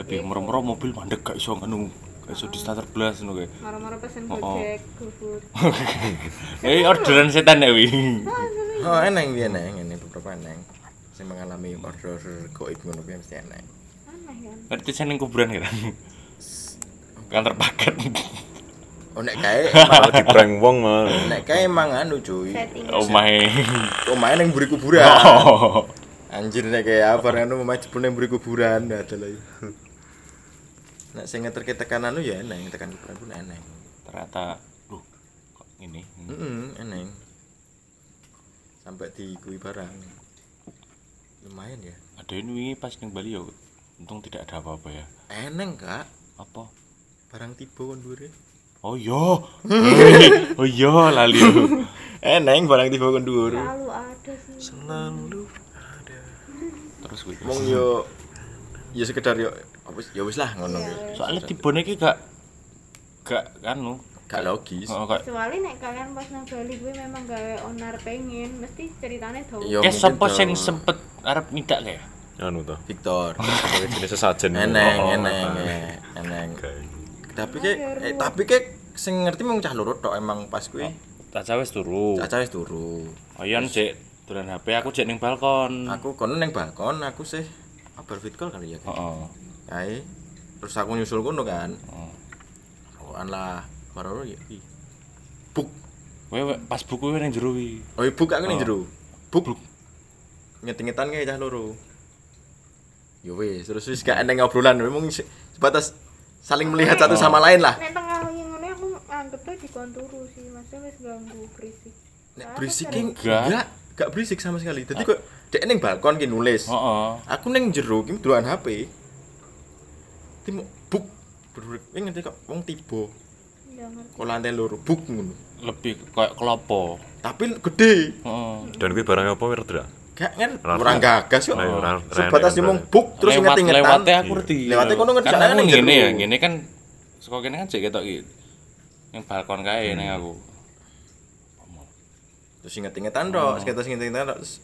Tapi merem-merem mobil mandek gak iso nganu. Gak iso di starter blas ngono kae. Moro-moro pesen Oh, oh. Gojek, GoFood. Eh orderan setan ya wi. oh eneng dia eneng ini beberapa eneng saya mengalami order order goib ngono kuwi mesti eneng Aneh kan? Ngerti sen ning kuburan kan. Kantor paket. oh nek kae malah di prank wong malah nek kae emang anu cuy Setting. Oh. Omahe. omahe nang mburi kuburan Oh. Anjir nek kayak apa anu omahe jebul nang mburi kuburan ndak ada lagi nek sing ngeterke tekan anu ya eneng tekan kuburan pun eneng Ternyata duh kok ini. Heeh, eneng. Sampai di kui barang. Lumayan ya. Ada yang wingi pas ning Bali ya. Untung tidak ada apa-apa ya. Eneng, Kak. Apa? Barang tiba kon dhuwure. Oh iya. oh iya lali. aku. Eneng barang tiba kon dhuwur. Selalu ada sih. Terus gue. Mong yo yo sekedar yo apa sih? ya wis lah ngono Iya, ya. wis. Soalnya dibone iki gak gak anu. Gak logis. Oh, gak Kecuali nek kalian pas nang Bali gue memang gawe onar pengen, mesti ceritane dawa. Yo Kayak mungkin sapa to- sing sempet arep ngidak ya? anu toh Victor. jenis sesajen Eneng, Oh, eneng, apa. eh, eneng. Kayak Tapi kek eh, tapi kek sing ngerti mung cah loro tok emang pas kuwi. Caca wis turu. Caca wis turu. Ayon sik dolan HP aku cek ning balkon. Aku kono ning balkon, aku sih kabar fit call kali ya. Kak. Heeh. Kae terus aku nyusul kono kan. Oh. Rokokan lah. Maroro ya. ih. Buk. Kowe pas buku kowe ning jero wi. Oh, iya, buk aku ning Oh. jero. Buk. Ngetingetan kayak cah loro. Yo wis, terus wis gak eneng obrolan, memang se- sebatas saling melihat satu sama lain lah. Nek tengah wengi ngono aku anggap tuh dikon turu sih, maksudnya wis ganggu berisik. Nek berisik ki Enggak. Ah. enggak, enggak berisik sama sekali. Dadi kok dek ning balkon ki nulis. Heeh. Aku ning jero ki duluan HP. Timo buk. Berurut. Ini ngerti kok wong tiba. Ya ngerti. Kok lantai loro buk ngono. Lebih kayak kelopo. Tapi gede. Heeh. dan gue barang apa Wirdra Gak ngerti, Rara. kurang gagas kok. Ayo, Rara, Rara, Sebatas Rara. ngomong buk terus Lewat- inget-ingetan. Lewate aku ngerti. Lewate kono ngerti, Kan soalnya aku ning ngene jero. ya, ngene kan saka kene kan cek ketok iki. Ning balkon kae Hmm. ning aku. Terus inget-ingetan tok, sekitar inget-ingetan tok. Terus,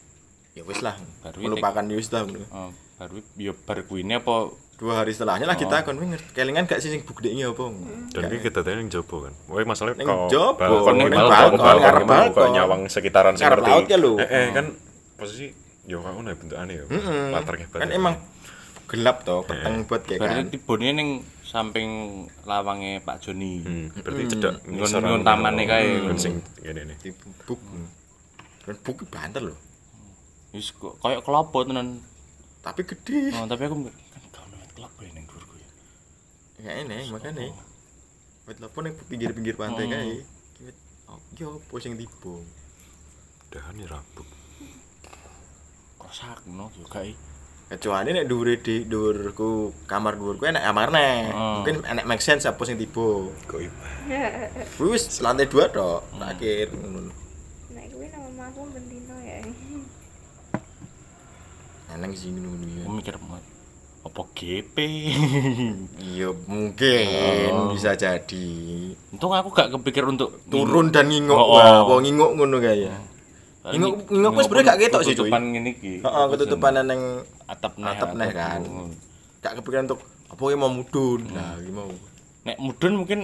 Ya wis lah, Baru melupakan ya wis lah. ngono. Oh, baru ya bar kuine apa Dua hari setelahnya lah kita kon ngerti kelingan gak sih sing buk deknya apa. ngono. dan gue kita tadi yang jopo kan woi masalahnya Ning kok jopo, balkon ning ning balkon, balkon ngarep balkon balkon. kok nyawang sekitaran sing Ngarep ngerti. laut ya lu. eh eh, kan posisi yo kok ngono ya bentukane yo Mm-mm. latar kayak Kan badan. emang gelap toh, peteng buat kayak kan. berarti tibone ning samping lawange Pak Joni. Hmm, berarti cedak Nggon- nggon tamane kae. Nggon sing ngene nih Di buk. Kan buk ki banter loh. Wis kok koyo kelopo tenan. Tapi gede. Oh, tapi aku mikir, kan gak ono yang kelopo ya ning dhuwurku ya. Ya ini makane. Wet lepon yang pinggir-pinggir pantai kae. Kiwet, Oh, yo opo sing tiba. dahan ya rabuk Krosak no yo gak i. kecuali nek dhuwure di dhuwurku kamar dhuwurku enak kamarne Hmm. mungkin enak make sense apa sing tiba kok Hmm. Kuwi wis lantai dua tok tak akhir ngono Nek kuwi nang omah aku bentino ya Nang sih ngono Aku ya. mikir banget apa GP Iya mungkin Hmm. Oh. bisa jadi untung aku gak kepikir untuk turun dan ngingok Oh, Hmm. oh. wah, wah ngingok ngono ya. kaya. Ngingok- ngingok wis sebenarnya gak ketok sih, cuy. ketutupan ngene iki Heeh, ketutupanan nang atap neh atap neh kan. gak kepikiran untuk apa yang mau Hmm. mudun. Nah, iki mau. nek mudun mungkin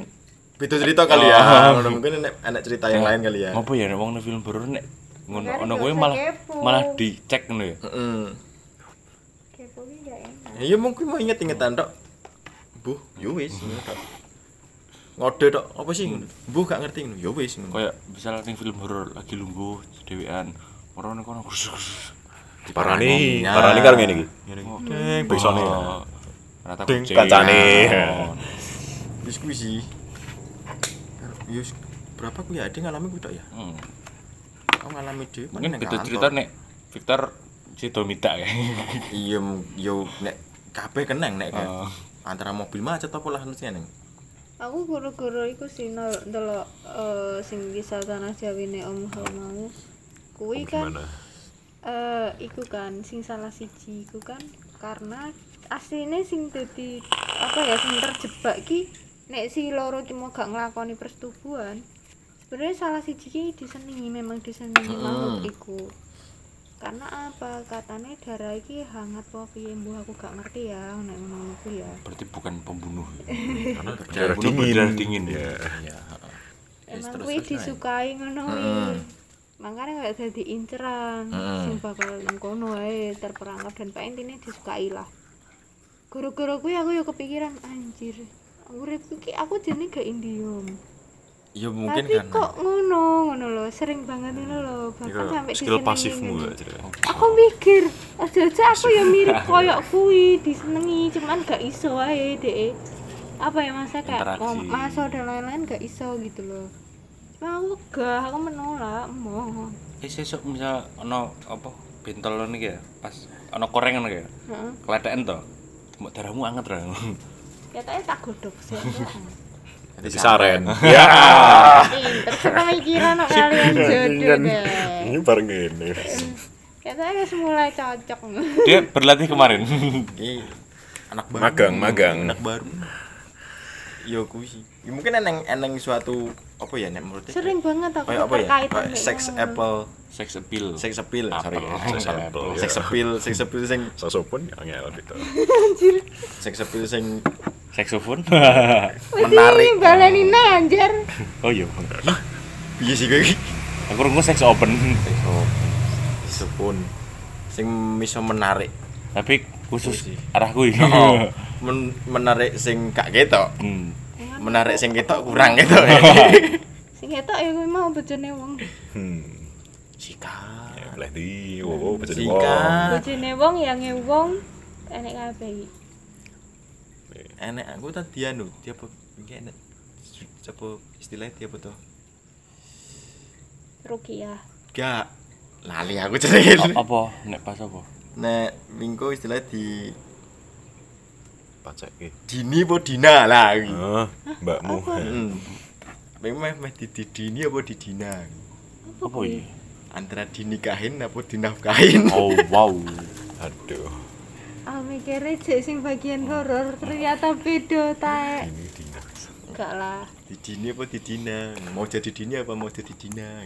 Beda cerita kali ya. Oh. Ngono. Mungkin nek- anak cerita yang lain kali ya. ngopo ya nek wong nang film horor nek ngono Kan ono gak kowe usah malah kepo. malah dicek ngono ya Heeh. kepo ini gak enak Ya mungkin mau inget-ingetan tok. Bu, yo ya wis. ngono tok. Ngode tok, apa sih? ngono? Bu gak ngerti ngono. Yo wis ngono. kayak misal ning film horor lagi lungguh dhewean ora nek ono grus grus Parani, Nah. parani karo ngene iki. Deng, Besone. Oh, ternyata Ding, kucing. kancane. Oh. Wis kuwi Ya, sih. Yus, berapa kuwi ya? Dia ngalami kuwi tok ya? Hmm. Aku ngalami dhewe. mana Mungkin nang beda kantor. cerita nek Victor si Domita ya. Iya, m- yo nek kabeh keneng nek kayak Oh. antara mobil macet apa lah nutnya neng. aku guru-guru iku sih nol- ndelok eh, sing kisah tanah jawine om Hermaus kuwi kan Gimana? eh iku kan sing salah siji iku kan karena asline sing dadi apa ya sing terjebak ki nek si loro ki mau gak nglakoni persetubuhan sebenarnya salah siji ki disenengi memang disenengi makhluk iku karena apa katanya darah iki hangat apa piye mbuh aku gak ngerti ya nek ngono iku ya Berarti bukan pembunuh. Karena Berdarah berdarah dingin. dingin. Berdarah dingin. Ya. Iya, heeh. Yes, emang terus, kuwi terus, disukai ngono kuwi makanya gak jadi inceran Mm. sing bakal ngono wae terperangkap dan pak intinya disukai lah guru-guru kuwi aku yo kepikiran anjir uripku ki aku jene gak indium Iya mungkin tapi kan. kok ngono ngono lho sering banget ini lho bahkan sampai Iya, Skill disenengi pasifmu ya, ngono. gak jadi. aku mikir aja-aja aku ya mirip koyok kuwi disenengi cuman gak iso wae deh apa ya masa kayak Interaksi. ngom- maso dan lain-lain gak iso gitu loh cuma aku gak aku menolak mau Eh sesuk misal ono apa bentol ngono iki ya, pas ono koreng ngono iki ya. Heeh. Kletekan to. Mbok darahmu anget ra. katanya tak godok sih Jadi saren. Ya. pinter sepemikiran kok kalian jodoh deh Ini bareng ngene. katanya harus mulai cocok Dia berlatih kemarin. Iki Iya, anak baru. Magang, magang. Anak baru. Iya kuwi sih. Ya, mungkin eneng eneng suatu apa ya nek menurut sering banget aku kayak apa ya? terkaitan Kayak kayak sex ngono. apple, Sex appeal. sex appeal, sorry. Apple. Sex appeal, ya. Sex appeal, sex appeal sing Sasopun ya angel gitu. sex appeal sing Saxophone. Wih, menarik. baleni nih anjir oh iya. piye sih kuwi? Aku rungu sex open. Sepun. Sing bisa menarik. Tapi khusus arahku iki. Iya Oh, men- menarik sing gak ketok. Hmm. Menarik sing ketok kurang ketok. sing ketok ya kuwi mau bojone wong Hmm. Sika. Ya belah di. Wow, wow, pecah di Sika. wong. bojone wong ya nge wong enek kabeh iki Enek aku tadi anu, dia apa? Iki enek. Apa istilahnya dia apa tuh? rukiah Gak. Lali aku cerita. Apa nek pas apa? Nek minggu istilah di Pacak eh. dini apa dina lah iki. Ah, mbakmu. Hmm. Memang meh di di dini apa di dina. Apa iki? Antara dinikahin apa dinafkahin. Oh wow. Aduh. aku mikirnya jek sing bagian horor ternyata beda taek Ini dina. enggak lah Di dini apa di dina? Mau jadi dini apa mau jadi dina?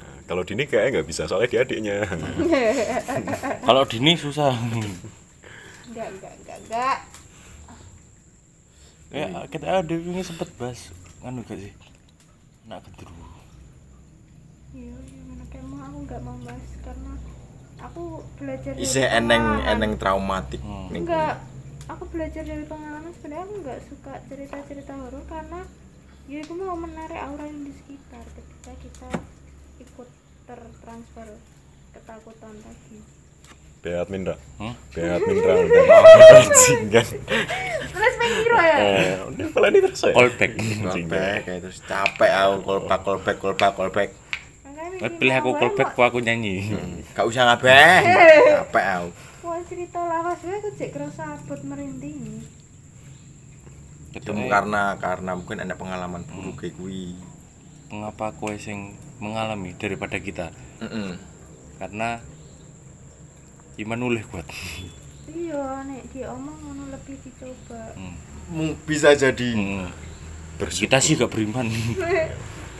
Nah, Kalau dini kayaknya nggak bisa soalnya dia adiknya. Kalau dini susah. enggak enggak enggak enggak Ya, kita ada ini sempet bahas anu gak sih? Anak gendru. iya gimana kayak mau aku enggak mau bahas karena aku belajar dari Isih eneng pengalaman. eneng traumatik. Hmm. ning enggak aku belajar dari pengalaman sebenarnya aku enggak suka cerita-cerita horor karena ya itu mau menarik aura yang di sekitar ketika kita ikut tertransfer ketakutan tadi Biar admin dah. Hmm? Biar admin dah. udah. kan. Bajingan. terus mikir ya Eh, Udah pala ini Iya. terus ya. Callback. Bajingan. Callback, kayak terus capek aku callback callback callback callback. Makanya Eh, cerita Pilih aku Iya, wae, callback mau- apa aku nyanyi. Gak usah ngabeh. Capek aku. mau cerita lawas gue aku cek kerasa abot merinding Ya, Ketemu Iya, karena karena mungkin ada pengalaman buruk kayak gue. mengapa kowe sing mengalami daripada kita Mm-mm. karena iman uleh kuat iya nek diomong ngono lebih dicoba Mu- bisa jadi Hmm. kita sih gak beriman ya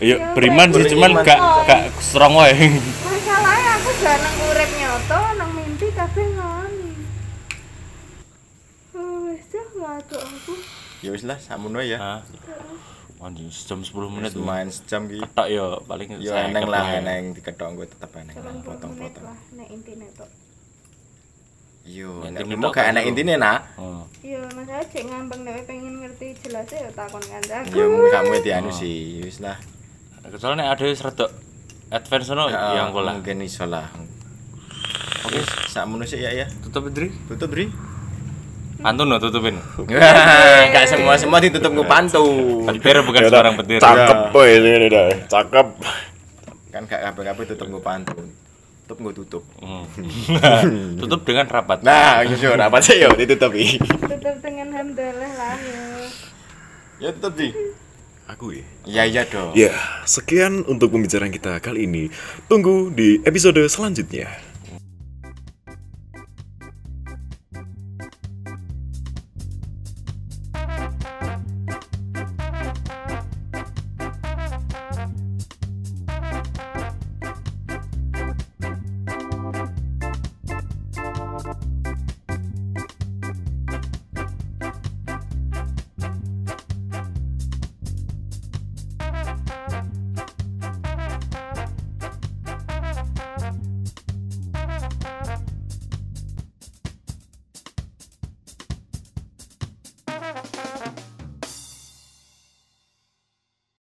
Ya, beriman Beriman. sih Iya. cuman gak gak strong wae masalahnya aku gak nang urip nyoto nang mimpi kabeh ngoni Oh, wis dah ngaduk aku. ya wis lah samono ya Hah? anjing jam 10 menit main sejam ki ketok ya paling ya saya Iya, eneng lah ketok. eneng diketong gue tetep eneng lah 80 menit potong-potong lah nek intine tok. yo Yang nek ini mau tok gak kan enak dulu. intine nak Oh. Iya, masalah cek ngambang nek pengen ngerti jelas ya takon kancaku. ya mungkin kamu dianu sih wis lah kecuali nek ada yang rada advance no Ah, ya engko lah mungkin iso lah oke samono sih ya ya tutup Dri tutup Dri pantun no tutupin Gak semua semua ditutup ke pantun petir bukan Ya, seorang petir Cakep boy ini ini, dah. Cakep. kan gak kabeh-kabeh tutup gue pantun tutup gue tutup Hmm. tutup dengan rapat nah yo apa sih yo ditutup i Tutup dengan hamdalah lah ya. ya tutup di Aku ya. ya iya dong Ya, sekian untuk pembicaraan kita kali ini. Tunggu di episode selanjutnya.